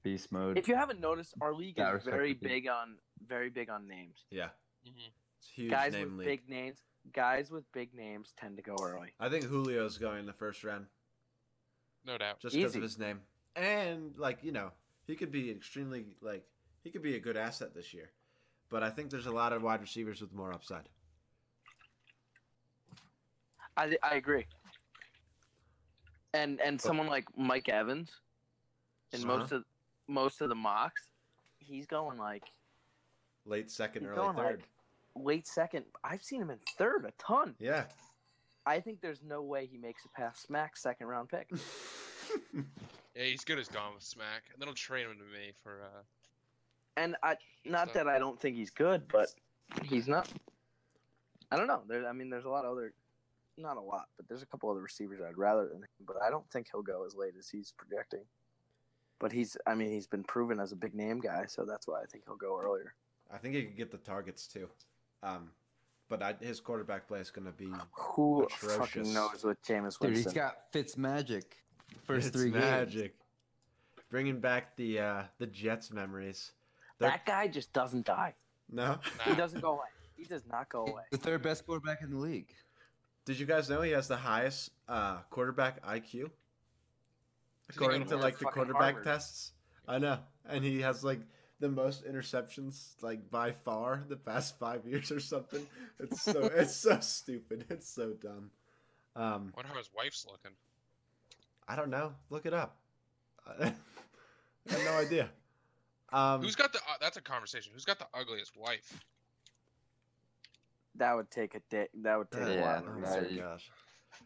Beast mode.
If you haven't noticed, our league
Yeah, I
is
respect
very
the team.
big on very big on names.
Yeah,
Mhm.
it's a huge
guys
name
with
league.
big names. Guys with big names tend to go early.
I think Julio's going in the first round
No doubt.
just because
Easy.
of his name, and like you know, he could be extremely like he could be a good asset this year. But I think there's a lot of wide receivers with more upside.
I I agree. And and someone like Mike Evans, in
Uh-huh.
most of most of the mocks, he's going like
Late second,
he's
early
going
third.
like late second. I've seen him in third a ton.
Yeah.
I think there's no way he makes it past Smack's second round pick.
Yeah, he's good as gone with Smack, and then he'll trade him to me for. uh
And I, not that I don't think he's good, but he's not. I don't know. There, I mean, there's a lot of other, not a lot, but there's a couple other receivers I'd rather than him. But I don't think he'll go as late as he's projecting. But he's, I mean, he's been proven as a big name guy, so that's why I think he'll go earlier.
I think he could get the targets too. Um, but I, his quarterback play is going to be
Who
Atrocious.
fucking knows with Jameis
Dude, he's
Winston?
got Fitz magic. First
it's
three games.
magic. Bringing back the uh, the Jets memories. They're-
that guy just doesn't die.
No,
He
nah.
doesn't go away. He does not go away.
The third best quarterback in the league.
did you guys know he has the highest uh, quarterback IQ
Does he go
according
to
to like the
fucking
quarterback
Harvard?
tests? I know, and he has like the most interceptions like by far the past five years or something. It's so it's so stupid. It's so dumb. Um,
wonder how his wife's looking.
I don't know. Look it up. I have no idea. Um,
Who's got the? Uh, that's a conversation. Who's got the ugliest wife?
That would take a day. That would take a
Yeah,
while. to
Oh
that
my
research.
is-
gosh.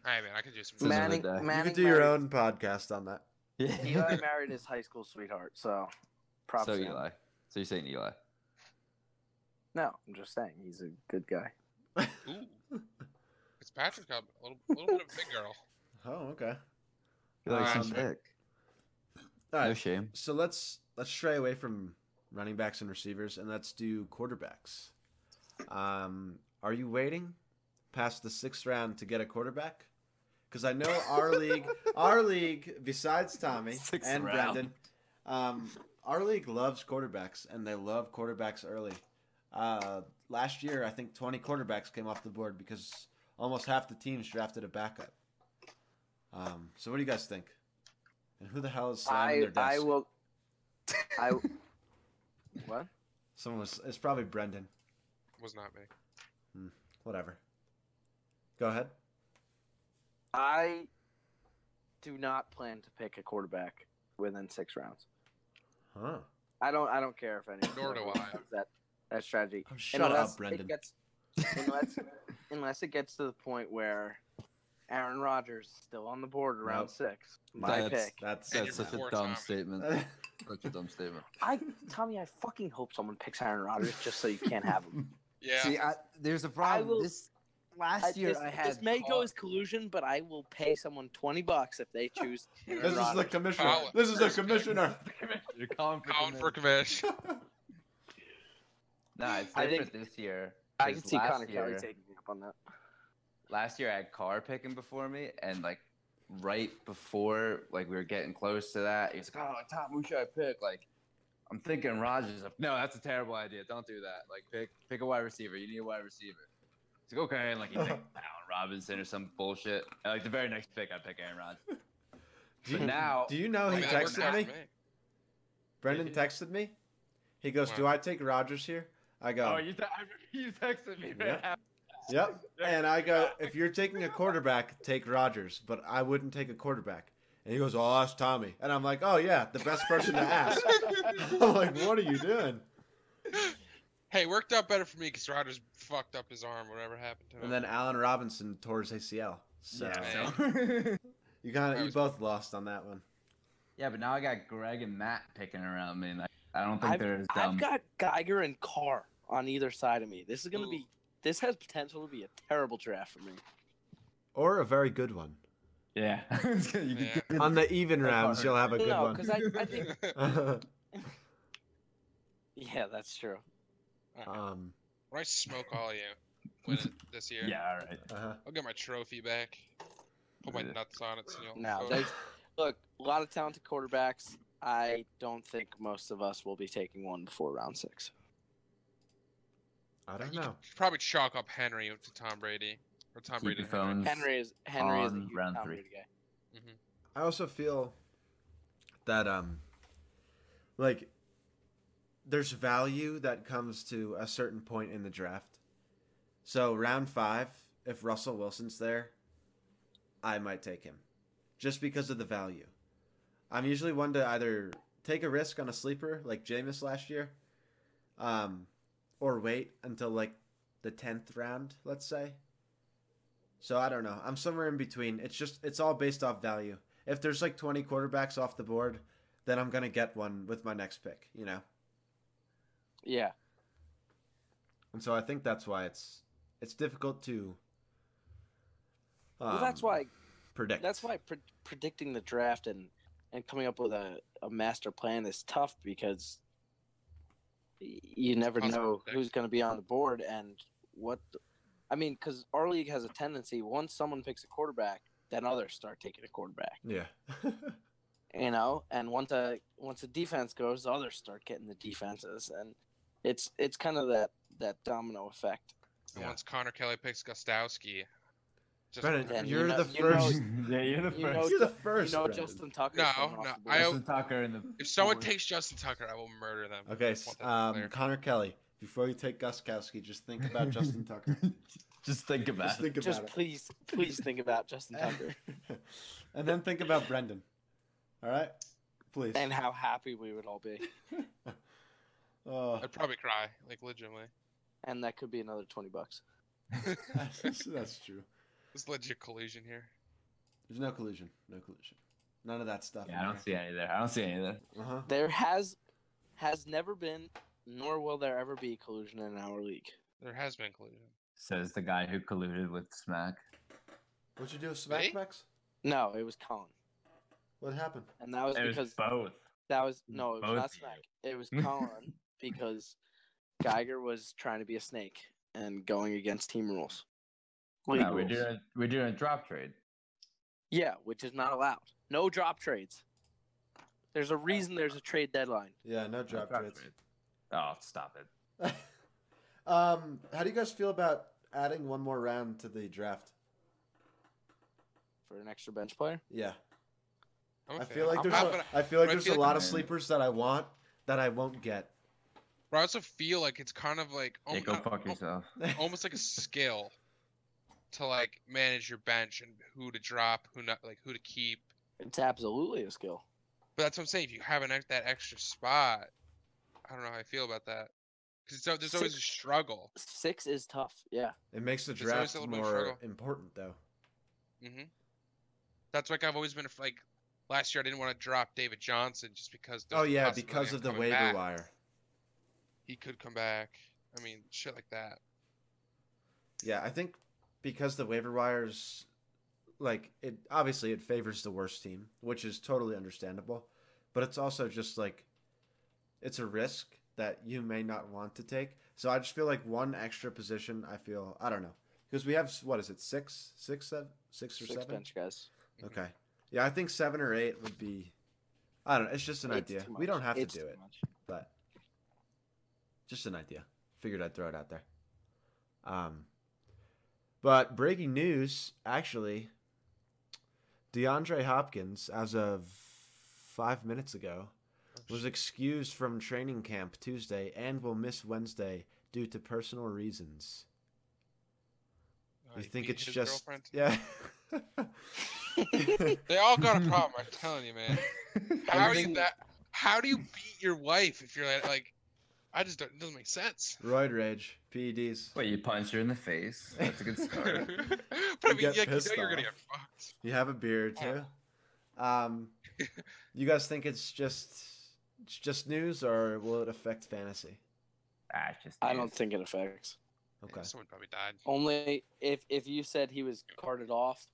Hey man, I could do some.
Doesn't Manny- really
Manning,
die. You could
You
Manning
could do your
married-
own podcast on that.
Yeah.
Eli married his high school sweetheart, so props
so
to him.
Eli. So you're saying Eli?
No, I'm just saying he's a good guy.
Ooh, Fitzpatrick got a little, little bit of a big girl.
Oh, okay.
He likes
Um,
some dick.
All
No
right.
shame.
So let's let's stray away from running backs and receivers, and let's do quarterbacks. Um, are you waiting past the sixth round to get a quarterback? Because I know our league, our league, besides Tommy
Sixth
and
round.
Brendan, um, our league loves quarterbacks, and they love quarterbacks early. Uh, last year, I think twenty quarterbacks came off the board because almost half the teams drafted a backup. Um, so what do you guys think? And who the hell is slamming
I
their desk?
I will. I. What?
Someone was. It's probably Brendan.
Was not me.
Whatever. Go ahead.
I do not plan to pick a quarterback within six rounds.
Huh.
I don't. I don't care if any.
Nor do I.
That that strategy.
Oh, shut
Unless
up, Brendan.
It gets, unless unless it gets to the point where Aaron Rodgers is still on the board around
Nope.
six.
My
My
that's
pick.
That's
And
that's
that's
you're
such a
poor,
dumb
Tommy.
statement. Such a dumb statement.
I Tommy, I fucking hope someone picks Aaron Rodgers just so you can't have him.
Yeah.
See, I, there's a
problem.
problem.
will-
this last
I-
year
this,
I had
this may go as collusion, but I will pay someone twenty bucks if they choose. Aaron
This is the
Rodgers.
commissioner.
Colin.
This is the
First pick.
commissioner.
You're calling for,
Colin for commish.
Nah, it's
I
different this year.
I can
'cause
see
last
Connor Kelly
year-
taking me up on that.
last year I had Carr picking before me, and like right before like we were getting close to that, he was like, "Oh, Tom, who should I pick?" Like, I'm thinking Rogers. Like, no, that's a terrible idea. Don't do that. Like, pick pick a wide receiver. You need a wide receiver. It's like okay, and like he picked Allen Robinson or some bullshit. And, like the very next pick, I pick Aaron Rodgers.
Do you-
But now,
Do you know Oh, he
I mean, that worked
texted
out
me?
for me.
Brendan texted me. He goes,
Wow.
"Do I take Rogers here?" I go,
oh, you, te- I remember you texted me right
Yep.
after.
"Yep." And I go, "If you're taking a quarterback, take Rogers, but I wouldn't take a quarterback." And he goes, "Oh, I'll ask Tommy." And I'm like, "Oh yeah, the best person to ask." I'm like, "What are you doing?"
Hey, it worked out better for me because Rodgers fucked up his arm, whatever happened to him.
And then Allen Robinson tore his ACL. So
Yeah, so-
you kind
That
of you
was-
both lost on that one.
yeah, but now I got Greg and Matt picking around me, and I, I don't think
I've-
they're as dumb.
I've got Geiger and Carr on either side of me. This is gonna
Ooh.
be. This has potential to be a terrible draft for me.
Or a very good one.
Yeah. You
Yeah.
could-
On the even
That's
rounds,
hard.
you'll have a good
No,
one.
because I, I think.
um,
Yeah, that's true.
Uh, Um,
when I smoke all of you win it this year,
yeah, all right.
uh-huh.
I'll get my trophy back. Put my
Yeah.
nuts on it. So you'll
No, there's look a lot of talented quarterbacks. I don't think most of us will be taking one before round six.
I don't
You
know.
could probably chalk up Henry to Tom Brady or Tom
Keep
Brady.
your
to Henry.
phones.
Henry is Henry is a
On
huge
round
Tom
three.
Brady guy.
I also feel that um like there's value that comes to a certain point in the draft. So round 5, if Russell Wilson's there, I might take him just because of the value. I'm usually one to either take a risk on a sleeper like Jameis last year um or wait until like the 10th round, let's say. So I don't know. I'm somewhere in between. It's just it's all based off value if there's like 20 quarterbacks off the board, then I'm going to get one with my next pick, you know?
Yeah,
And so I think that's why it's it's difficult to um,
well, that's why
predict.
that's why pre- predicting the draft and and coming up with a, a master plan is tough because y- you never
Possible
know
predict.
who's going to be on the board and what the- i mean because our league has a tendency once someone picks a quarterback then others start taking a quarterback
Yeah.
you know and once a once the defense goes others start getting the defenses and it's it's kind of that that domino effect
And
Yeah.
once Connor Kelly picks Gostowski, just
Brennan,
Then you
you're
know-
the
you know-
first.
yeah, you're the
you
first.
know-
you're the
you
first.
you know
Brennan.
juston tucker
No, no, I-
Justin Tucker in the.
if someone
fourth.
takes Justin Tucker, I will murder them.
Mm-hmm. Okay,
I want that
um,
clear.
Connor Kelly. Before you take Guskowski, just think about Justin Tucker.
just think about
just
it.
think about
just
it.
please please think about justin tucker
and then think about Brendan. All right, please.
and how happy we would all be
Oh,
I'd probably cry, like legitimately.
and that could be another 20 bucks
that's true.
This legit collusion here.
There's no collusion. No collusion. None of that stuff.
Yeah, I don't see any there. I don't see any there.
Uh huh.
there has has never been nor will there ever be collusion in our league
There has been collusion.
Says the guy who colluded with Smack.
What'd you do with Smack
Me?
Max?
no it was colin
What happened?
and that was
It was
because
both.
that was no it was
both
not
of you.
smack it was colin because geiger was trying to be a snake and going against team rules League
No, we're
rules.
doing we're doing a drop trade.
yeah which is not allowed no drop trades there's
Oh.
a reason there's a trade deadline
Yeah, no
A
drop trades.
trade. Oh, stop it.
um, how do you guys feel about adding one more round to the draft?
for an extra bench player
Yeah,
I'm a
I
fan.
feel like
I'm
there's
not,
a,
but I-
I feel like
but I
there's
feel
a
like-
lot of sleepers that I want that I won't get.
but I also feel like it's kind of like
yeah,
almo-
go
not-
fuck
al-
yourself.
almost like a skill to like manage your bench and who to drop, who not, like who to keep.
it's absolutely a skill
But that's what I'm saying. If you have an ex- that extra spot, I don't know how I feel about that. because there's always a
Six-
struggle.
Six is tough. Yeah.
It makes the
It's always a
draft
little bit of
more
struggle.
important, though.
hmm That's like I've always been like. Last year, I didn't want to drop David Johnson just because. there's
Oh
the
yeah,
possibility
because of the
coming
waiver
back.
wire.
He could come back. I mean, shit like that.
Yeah, I think because the waiver wires, like it obviously it favors the worst team, which is totally understandable, but it's also just like it's a risk that you may not want to take. So I just feel like one extra position. I feel I don't know because we have what is it six, six, seven, six or
Six
seven?
bench guys.
Mhm.
Okay, yeah, I think seven or eight would be. I don't know. It's just an
It's
idea.
too
We
much.
don't have
It's
to do
too
it,
much.
but just an idea. Figured I'd throw it out there. Um, but breaking news, actually, DeAndre Hopkins, as of five minutes ago, was excused from training camp Tuesday and will miss Wednesday due to personal reasons.
Uh,
You
he
think
beat
it's
his
just
girlfriend?
yeah?
They all got a problem. I'm telling you, man. How are you
Everything-
that? How do you beat your wife if you're like, like I just don't. It doesn't make sense.
Roid rage, E PEDs.
Well, you punch her in the face. That's a good
but
start.
I
You
mean,
get
like, you know
pissed
you're gonna get
off.
fucked.
You have a beer too. Um, you guys think it's just it's just news, or will it affect fantasy?
ah, it's just
I
news.
don't think it affects.
Okay.
Someone probably died.
Only if if you said he was carted off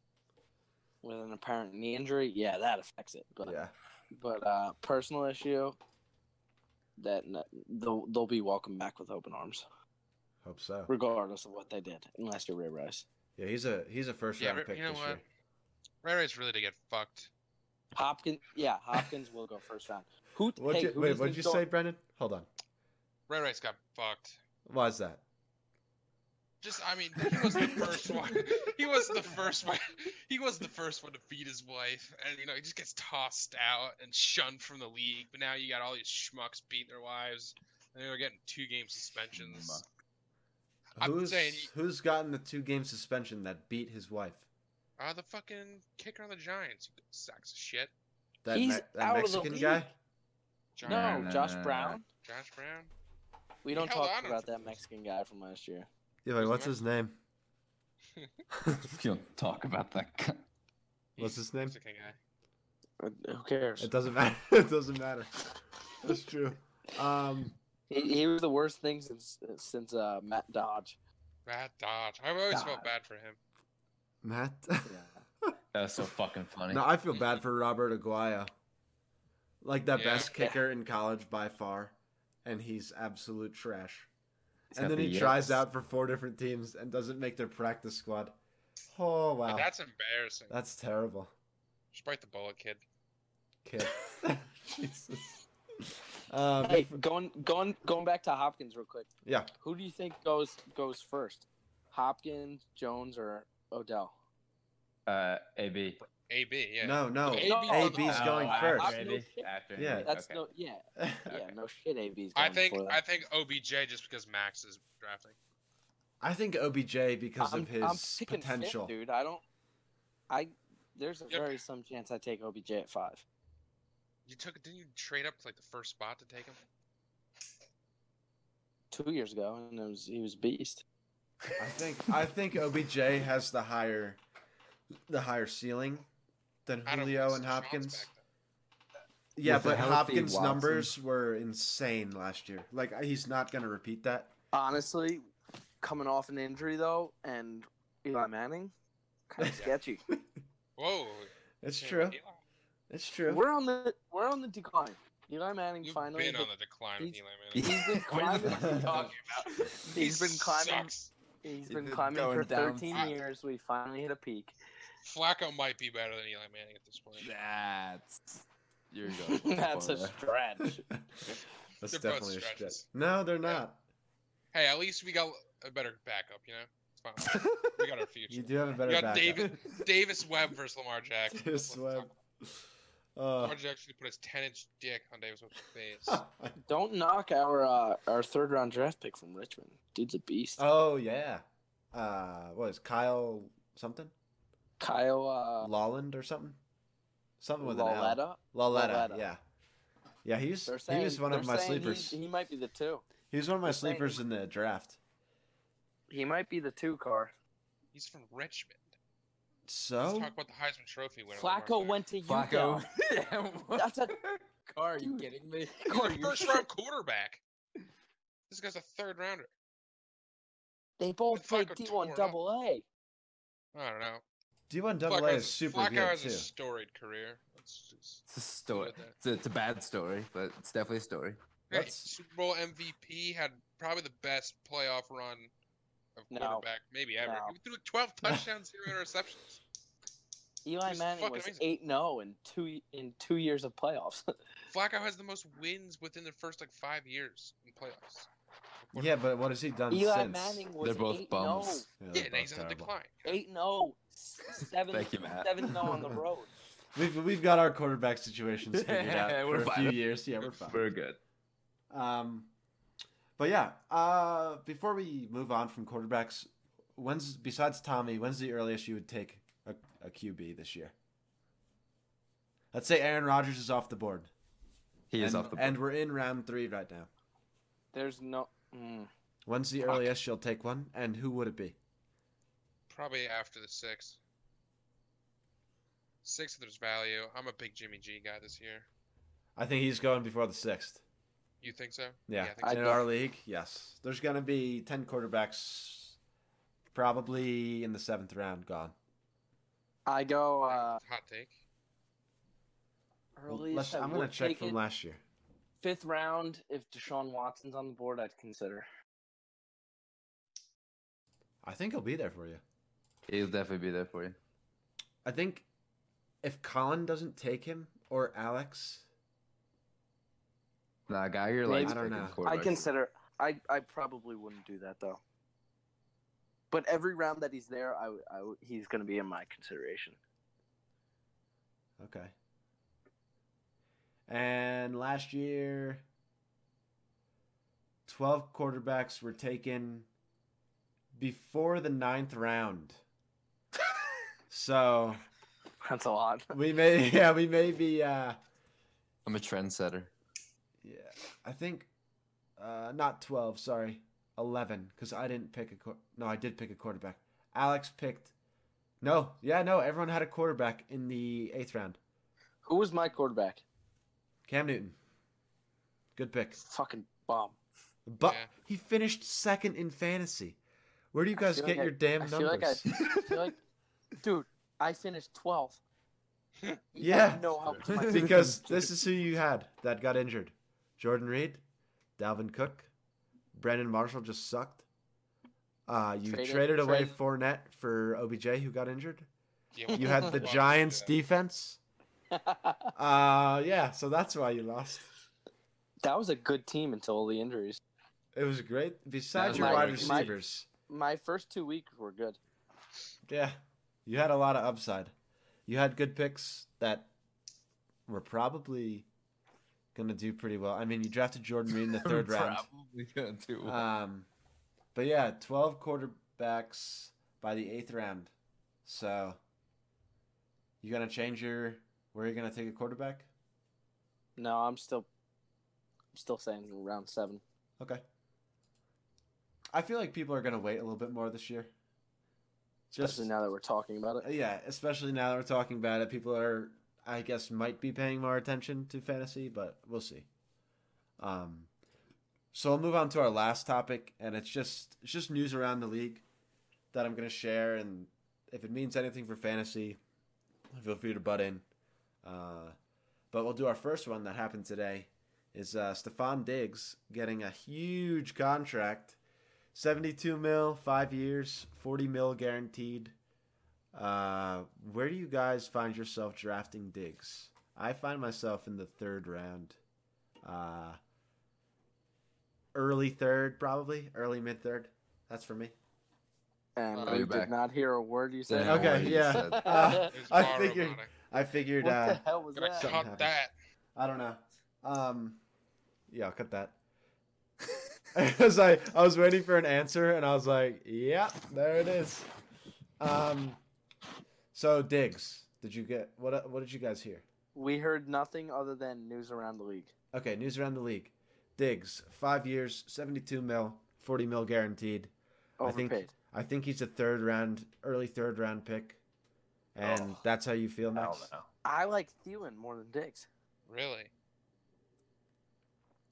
with an apparent knee injury, yeah, that affects it. But
Yeah.
but uh, personal issue, that n- they'll they'll be welcomed back with open arms,
Hope so.
regardless of what they did, unless you're Ray Rice.
Yeah, he's a he's a first
Yeah,
round
but
pick
you know
this
what?
year.
Ray Ray's really to get fucked.
Hopkins, yeah, Hopkins will go first round. Who?
What
hey,
you,
who do
wait, what'd
think
you
go-
say, Brendan? Hold on.
Ray Rice got fucked.
Why is that?
Just, I mean, he was the first one. He was the first one. He was the first one to beat his wife, and you know he just gets tossed out and shunned from the league. But now you got all these schmucks beating their wives, and they're getting two game suspensions. I'm
who's
saying he-
who's gotten the two game suspension that beat his wife?
Ah, the fucking kicker on the Giants, you sacks of shit.
That,
He's
Me- that
out of the
Mexican
league.
guy?
Giants.
No,
No,
no,
Josh
no, no.
Brown.
Josh Brown.
We don't
held
talk
on
about
until-
that Mexican guy from last year.
Yeah, wait,
Who's
what's
Mex-
his name?
You'll talk about that. guy.
What's
He's
his name?
Mexican guy.
Uh, Who cares?
It doesn't matter. it doesn't matter. That's true. Um,
He, he was the worst thing since since uh, Matt Dodge.
Matt Dodge. I've always
God.
felt bad for him.
Matt.
That was so fucking funny.
No, I feel bad for Robert Aguayo. Like the
Yeah.
best kicker in college by far, and he's absolute trash.
He's
and
got
then
the
he tries
yips.
out for four different teams and doesn't make their practice squad. Oh wow,
But
that's,
that's embarrassing.
terrible,
Just bite the bullet, kid.
kid. Jesus. Um,
Hey, going going going back to Hopkins real quick.
Yeah.
Who do you think goes goes first? Hopkins, Jones, or Odell?
Uh, AB.
AB, yeah.
No, no,
AB 's
A
on
B's
the-
going
Oh,
first.
I-
After AB. After
Yeah.
AB.
That's
okay.
no, yeah, yeah,
Okay.
no shit. AB's.
I
going
think
before that.
I think OBJ just because Max is drafting.
I think OBJ because of his
picking fifth,
potential.
dude. I don't. I there's a
Yep.
very some chance I take OBJ at five.
You took didn't you trade up to like the first spot to take him?
Two years ago, and it was he was beast.
I think I think OBJ has the higher, the higher ceiling than
I don't
Julio
think
and
Sean's back
Hopkins.
then.
Yeah,
With a
but
healthy
Hopkins'
Watson.
numbers were insane last year. Like I- he's not going to repeat that.
Honestly, coming off an injury though, and Eli Manning, kind of sketchy.
Whoa.
It's
Damn,
true.
Eli's
It's true.
We're on the we're on the decline. Eli Manning
You've
finally.
been on the decline with
he's-
Eli
He's
Manning.
What the
been climbing.
fuck are you
talking
about?
He's been climbing.
Sucks.
He's
He's
been
been
climbing
going
for
down
13
fast.
years. We finally hit a peak.
Flacco might be better than Eli Manning at this point.
That's. You're going.
That's a stretch.
That's
They're both
definitely a stretch.
stretches.
No, they're not.
Hey, at least we got a better backup, you know? It's fine. we got our future.
You do have a better
got
backup.
David- Davis Webb versus Lamar Jackson.
Davis
That's what I'm
Webb.
talking about.
Uh,
Lamar Jackson should put his 10 inch dick on Davis Webb's face.
oh
Don't knock our uh, our third round draft pick from Richmond. Dude's a beast.
oh, yeah. Uh, what is Kyle something?
Kyle uh,
Lolland or something? Something with an L.
Loletta.
Loletta.
Loletta.
Yeah. Yeah, he's
They're
he
saying-
was one
they're
of my
saying
sleepers.
He, he might be the two.
He's one of my
Just saying.
sleepers in the draft.
He might be the two car.
He's from Richmond. Let's
So
talk about the Heisman Trophy winner. one more
Flacco
time.
went to Utah.
Flacco. Yeah, what?
That's a- Car, are you
Dude.
kidding me?
He's a first round quarterback. This guy's a third rounder.
They both played
Flacco tore
D1
up.
double A.
I don't know.
D1
Flacco
double A
has
is super
Flacco
good
has
too.
a storied career. Let's just-
It's a story.
Look at that.
It's a, it's a bad story, but it's definitely a story.
Hey,
Let's-
Super Bowl MVP had probably the best playoff run of
No.
quarterback maybe ever.
No.
He threw 12 touchdowns, zero interceptions.
Eli
He's
Manning
fucking
was
amazing.
eight zero in two in two years of playoffs.
Flacco has the most wins within the first like five years in playoffs.
Yeah, but what has he done
Eli
since?
Manning was
They're both
eight zero.
bums.
Yeah,
they're
now he's
both
on the
terrible.
decline.
Eight and oh, seven,
Thank you, Matt.
seven and oh on the road.
We've we've got our quarterback situations figured
Yeah,
out
we're
for a
fine.
few years. Yeah, we're fine.
good.
Um, but yeah, uh, before we move on from quarterbacks, when's besides Tommy, when's the earliest you would take a, a QB this year? Let's say Aaron Rodgers is off the board.
He is
and,
off the
and we're in round three right now.
There's no. Mm.
When's the earliest you'll take one, and who would it be?
Probably after the sixth. Sixth, there's value. I'm a big Jimmy G guy this year.
I think he's going before the sixth.
You think so?
Yeah,
I think so.
in our league, yes. There's gonna be ten quarterbacks, probably in the seventh round, gone.
I go uh,
Hot take.
early.
Let's- I'm gonna check from last year.
fifth round. If Deshaun Watson's on the board, I'd consider.
I think he'll be there for you.
He'll definitely be there for you.
I think if Colin doesn't take him or Alex,
Nah, guy, you're
Maybe-
like
I don't know.
I consider. I I probably wouldn't do that though. But every round that he's there, I, would- I would- he's going to be in my consideration.
okay. And last year, 12 quarterbacks were taken before the ninth round. so
That's a lot.
we may, yeah, we may be, uh,
I'm a trendsetter.
yeah, I think, uh, not 12, sorry, 11, because I didn't pick a, quar- no, I did pick a quarterback. Alex picked, no, yeah, no, everyone had a quarterback in the eighth round.
Who was my quarterback?
Cam Newton. Good pick.
Fucking bomb.
But
Yeah.
he finished second in fantasy. Where do you
I
guys
feel
get
like I-
your damn
I feel
numbers?
like I- I feel like, dude, I finished 12th.
Yeah.
No, how much my-
because this is who you had that got injured. Jordan Reed, Dalvin Cook, Brandon Marshall just sucked. Uh, you
Traded-
traded, away
traded.
Fournette for OBJ, who got injured.
Yeah, well,
You had the
Flacco did
Giants
that.
defense. Uh, yeah, so that's why you lost.
that was a good team until all the injuries.
It was great. Besides
was
your
my-
wide
my-
receivers,
My first two weeks were good.
Yeah. You had a lot of upside. You had good picks that were probably going to do pretty well. I mean, you drafted Jordan Reed in the third round.
Probably gonna do.
Um, but yeah, 12 quarterbacks by the eighth round. So you going to change your where you're going to take a quarterback?
No, I'm still, I'm still saying round seven.
Okay. I feel like people are going to wait a little bit more this year. Just
Especially now that we're talking about
Uh,
it.
yeah, especially now that we're talking about it, people are, I guess, might be paying more attention to fantasy, but we'll see. Um, so I'll move on to our last topic, and it's just it's just news around the league that I'm gonna share, and if it means anything for fantasy, feel free to butt in. Uh, but we'll do our first one that happened today is uh, Stefan Diggs getting a huge contract, seventy-two mil, five years, forty mil guaranteed. Uh, where do you guys find yourself drafting Diggs? I find myself in the third round, uh, early third, probably early mid third. That's for me.
And
Uh,
we
you're
did
back.
not hear a word you said.
Damn,
Okay,
what he
yeah.
said.
Uh,
It was
I
far
figured-
robotic.
I figured.
what
Uh,
the hell was
Gonna
that?
something
cut
happened.
that.
I don't know. Um, yeah, I'll cut that. I was like, I was waiting for an answer, and I was like, yeah, there it is. Um, so Diggs, did you get what? What did you guys hear?
We heard nothing other than news around the league.
Okay, news around the league. Diggs, five years, seventy-two mil, forty mil guaranteed. I think-
Overpaid.
I think he's a third round, early third round pick, and
Oh.
that's how you feel,
I
Max.
don't know.
I like Thielen more than Diggs.
Really?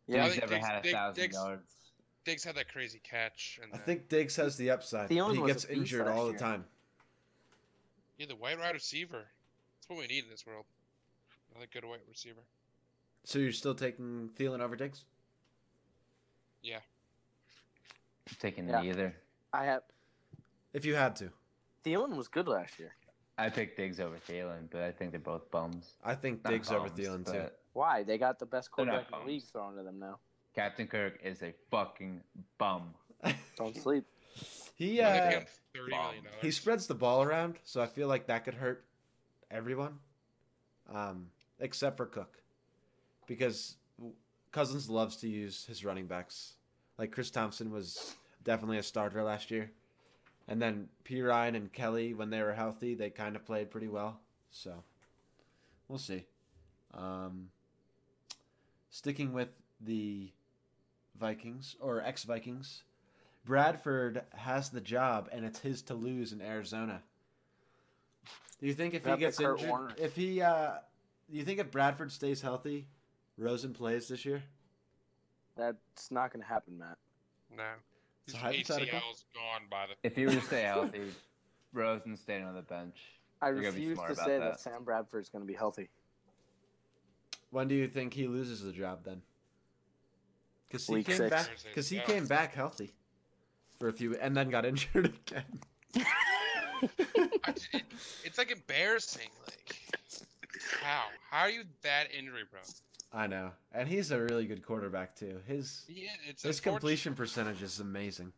Yeah,
I
Diggs
think
never
Diggs-
had a
Digg-
thousand
Diggs-
yards.
Diggs had that crazy catch, and
I
the-
think Diggs has the upside.
Thielen
he
was a
gets
beast
injured
last
all the
year.
time.
yeah, the wide wide receiver. That's what we need in this world. Another good wide receiver.
So you're still taking Thielen over Diggs?
Taking
Yeah.
it either.
I have
If you had to,
Thielen was good last year.
I picked Diggs over Thielen, but I think they're both bums.
I think
Not
Diggs over
bums,
Thielen too.
but
Why? They got the best
They're
quarterback
not
in the
bums.
league thrown to them now.
Captain Kirk is a fucking bum.
Don't sleep.
He
Yeah,
uh,
they paid him thirty million
Bomb.
dollars.
he spreads the ball around, so I feel like that could hurt everyone, um, except for Cook, because Cousins loves to use his running backs. Like Chris Thompson was definitely a starter last year, and then P Ryan and Kelly, when they were healthy, they kind of played pretty well. So we'll see. Um, sticking with the Vikings or ex Vikings. Bradford has the job, and it's his to lose in Arizona. Do you think if he
Grab the
gets
Kurt
injured,
Warner.
if he, uh, do you think if Bradford stays healthy, Rosen plays this year?
That's not going to happen, Matt.
no.
It's
His
a hypothetical.
ACL's gone by the.
If he were to stay healthy, Rosen staying on the bench.
I
You're gonna be
refuse
smart
to
about
say that,
that.
Sam Bradford's going to be healthy.
When do you think he loses the job then? Because he
Week
came
six.
back. Because he
Yeah.
came back healthy for a few, and then got injured again.
I just- it- it's like embarrassing. Like, how? How are you that injury prone?
I know, and he's a really good quarterback too. His
Yeah, it's
his
unfortunate
completion percentage is amazing.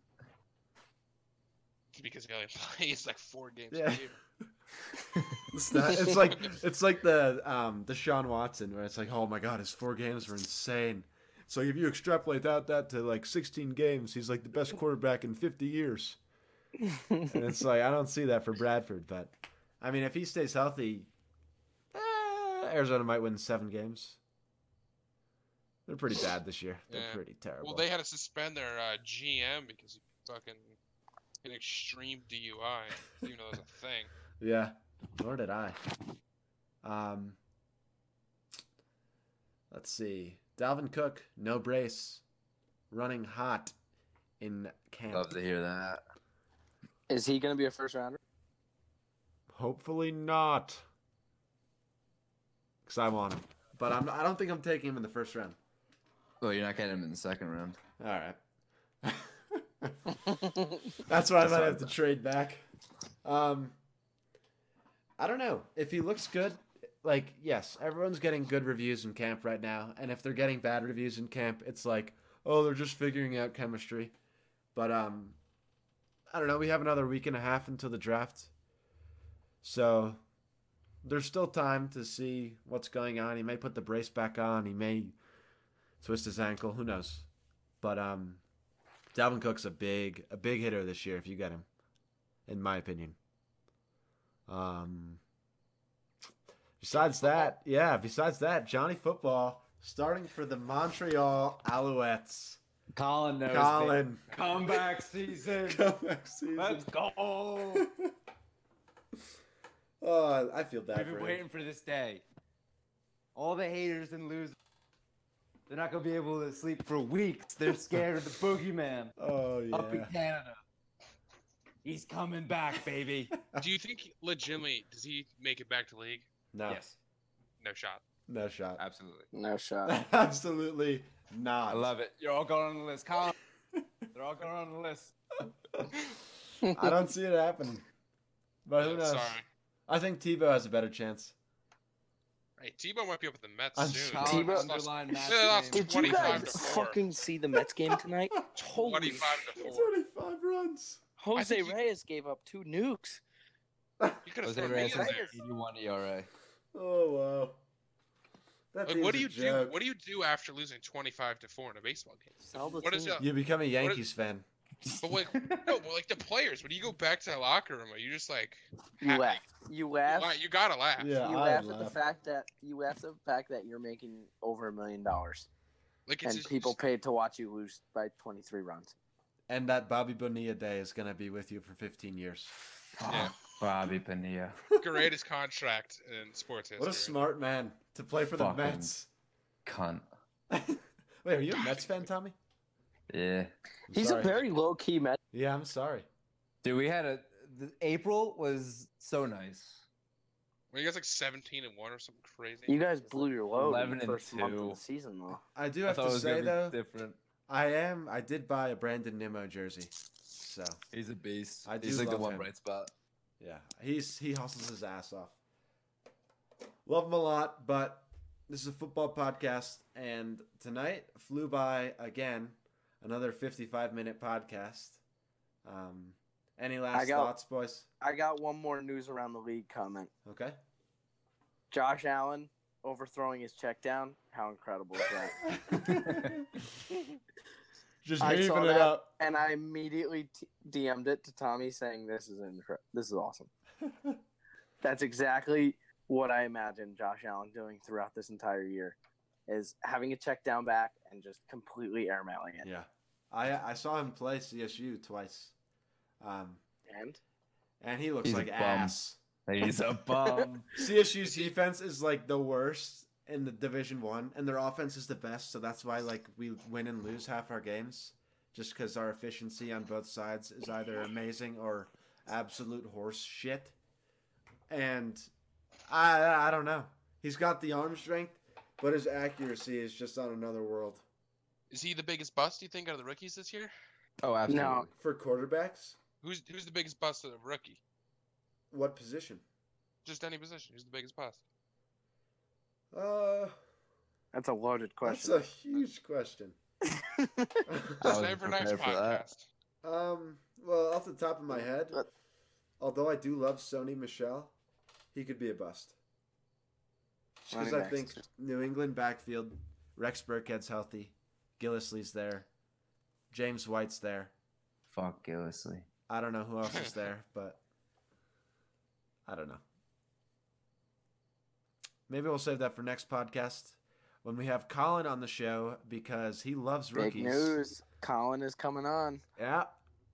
because he only plays like four games
Yeah.
a year.
It's, not, it's like it's like the um the Sean Watson where it's like, oh my god, his four games were insane. So if you extrapolate out that to like 16 games, he's like the best quarterback in 50 years. And it's like I don't see that for Bradford, but I mean, if he stays healthy, eh, Arizona might win seven games. They're pretty bad this year. They're
Yeah.
pretty terrible.
Well, they had to suspend their uh, GM because he fucking an extreme DUI, even though that's a thing.
Yeah. Nor did I. Um, let's see. Dalvin Cook, no brace, running hot in camp.
Love to hear that.
Is he going to be a first rounder?
Hopefully not, because I want him. But I'm, I don't think I'm taking him in the first round.
Well, you're not getting him in the second round.
All right. That's why I
That's
might
what I
have to
thought.
trade back. Um, I don't know if he looks good. Like, yes, everyone's getting good reviews in camp right now, and if they're getting bad reviews in camp, it's like, oh, they're just figuring out chemistry. But um, I don't know. We have another week and a half until the draft, so there's still time to see what's going on. He may put the brace back on. He may twist his ankle. Who knows? But um, Dalvin Cook's a big a big hitter this year if you get him, in my opinion. Um. Besides that, yeah. Besides that, Johnny Football starting for the Montreal Alouettes.
Colin knows.
Colin,
Comeback season.
come back season.
go.
oh, I feel bad
We've
for
been
him.
waiting for this day. All the haters and losers. They're not gonna be able to sleep for weeks. They're scared of the boogeyman
Oh
up in
yeah.
Canada. He's coming back, baby.
Do you think legitimately does he make it back to league?
No,
Yes,
No shot.
no shot.
absolutely.
No shot.
Absolutely not.
I love it. You're all going on the list, Colin. They're all going on the list.
I don't see it happening. But Uh, who
Yeah,
knows?
Sorry.
I think Tebow has a better chance.
Hey, Tebow might be up with the Mets
I'm
soon.
shocked.
Colin,
Tebow-
underline
They
Matt's
lost
name.
Did you
25
guys
to four.
fucking see the Mets game tonight? Holy
Twenty-five to
shit.
four.
25 runs.
I
Jose
think you-
Reyes gave up two nukes.
You could have
Jose
thrown
Reyes
me in
has
Reyes.
there.
an E 81 ERA.
Oh wow. That
Like,
team's
what do
a
you do?
joke.
What do you do after losing twenty-five to four in a baseball game?
Sell the
What is
team.
up?
You become a Yankees fan.
But like, no, but like the players. When you go back to the locker room, are you just like,
You laugh. You
you,
laugh.
laugh- you gotta laugh.
Yeah,
you
I
laugh at
laugh.
the fact that you laugh at the fact that you're making over a million dollars.
Like it's
and
just,
people paid to watch you lose by 23 runs.
And that Bobby Bonilla day is gonna be with you for 15 years. Ah,
Yeah.
Bobby Bonilla.
greatest contract in sports history.
What a smart man to play for the
Fucking-
Mets.
Cunt.
Wait, are you a Mets fan, Tommy?
Yeah.
I'm
He's
sorry.
a very low key man.
yeah. I'm sorry.
Dude, we had a. The, April was so nice.
Were you guys like 17 and one or something crazy?
You guys blew your load
11
in the
and
first month of
two.
the season, though.
I do
I
have
thought
to
it was
say
gonna
though,
be different.
I am. I did buy a Brandon Nimmo jersey, so
He's a beast.
I do
He's like the
love
one
him.
bright spot.
yeah, he's he hustles his ass off. Love him a lot, but this is a football podcast, and tonight flew by again. Another fifty-five minute podcast. Um, any last
got-
thoughts, boys?
I got one more news around the league comment.
Okay.
Josh Allen overthrowing his check down. How incredible is that?
Just
I saw
leaving it
that.
up.
and I immediately t- DM'd it to Tommy saying, "This is incre- this is awesome." That's exactly what I imagined Josh Allen doing throughout this entire year, is having a check down back and just completely airmailing it.
Yeah, I I saw him play CSU twice, um,
And
and he looks
He's a
like
bum.
ass.
He's a bum.
CSU's defense is like the worst in the Division One, and their offense is the best. So that's why like we win and lose half our games, just because our efficiency on both sides is either amazing or absolute horse shit. And I I don't know. He's got the arm strength, but his accuracy is just on another world
Is he the biggest bust? Do you think out of the rookies this year?
oh, absolutely.
No.
for quarterbacks.
Who's who's the biggest bust of a rookie?
What position?
Just any position. Who's the biggest bust?
Uh,
that's a loaded
that's
question.
a huge question.
I wasn't
Save for next
prepared for that.
podcast.
Um, well, off the top of my head, although I do love Sony Michelle, he could be a bust. Because
Running
I
backs,
think
too.
New England backfield, Rex Burkhead's healthy, Gillisley's there, James White's there.
Fuck Gillisley.
I don't know who else is there, but I don't know. Maybe we'll save that for next podcast when we have Colin on the show because he loves
Big
rookies.
news. Colin is coming on.
Yeah.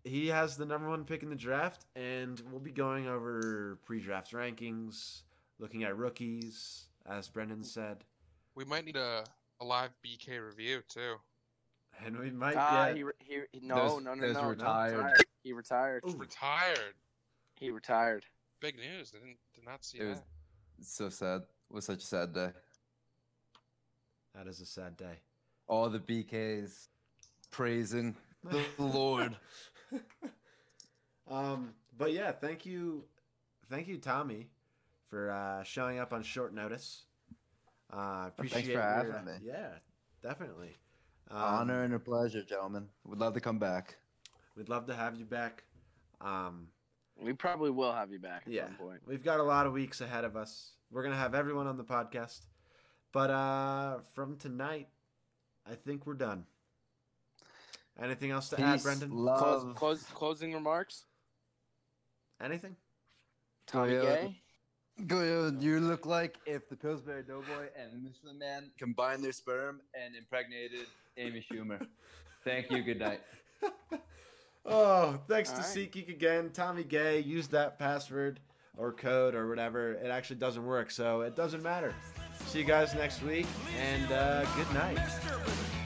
He has the number one pick in the draft, and we'll be going over pre draft rankings, looking at rookies, as Brendan said.
We might need a, a live BK review too.
And we might
Ah,
get.
he, re- he, he no,
Those-
no, no,
those
no,
retired.
Retired. He retired.
Ooh,
Retired.
He retired.
Big news. I didn't did not see
It was
that.
so sad. It was such a sad day.
that is a sad day.
All the BKs praising the Lord.
Um, but yeah, thank you, thank you, Tommy, for uh, showing up on short notice. Uh, appreciate
for
your-
having me.
Yeah, definitely. Um,
Honor and a pleasure, gentlemen. Would love to come back.
We'd love to have you back. Um,
We probably will have you back at
Yeah.
some point.
We've got a lot of weeks ahead of us. We're going to have everyone on the podcast. But uh from tonight, I think we're done. Anything else to add,
Peace,
Brendan?
love.
Close, close, closing remarks.
Anything?
Tommy
Toyota.
Gay.
Go- You look like if the Pillsbury Doughboy and the Michelin Man combined their sperm and impregnated Amy Schumer. Thank you. Good night.
oh, thanks to
All right.
SeatGeek again. Tommy Gay used that password or code or whatever. It actually doesn't work, so it doesn't matter. See you guys next week, and uh, good night.
Mr.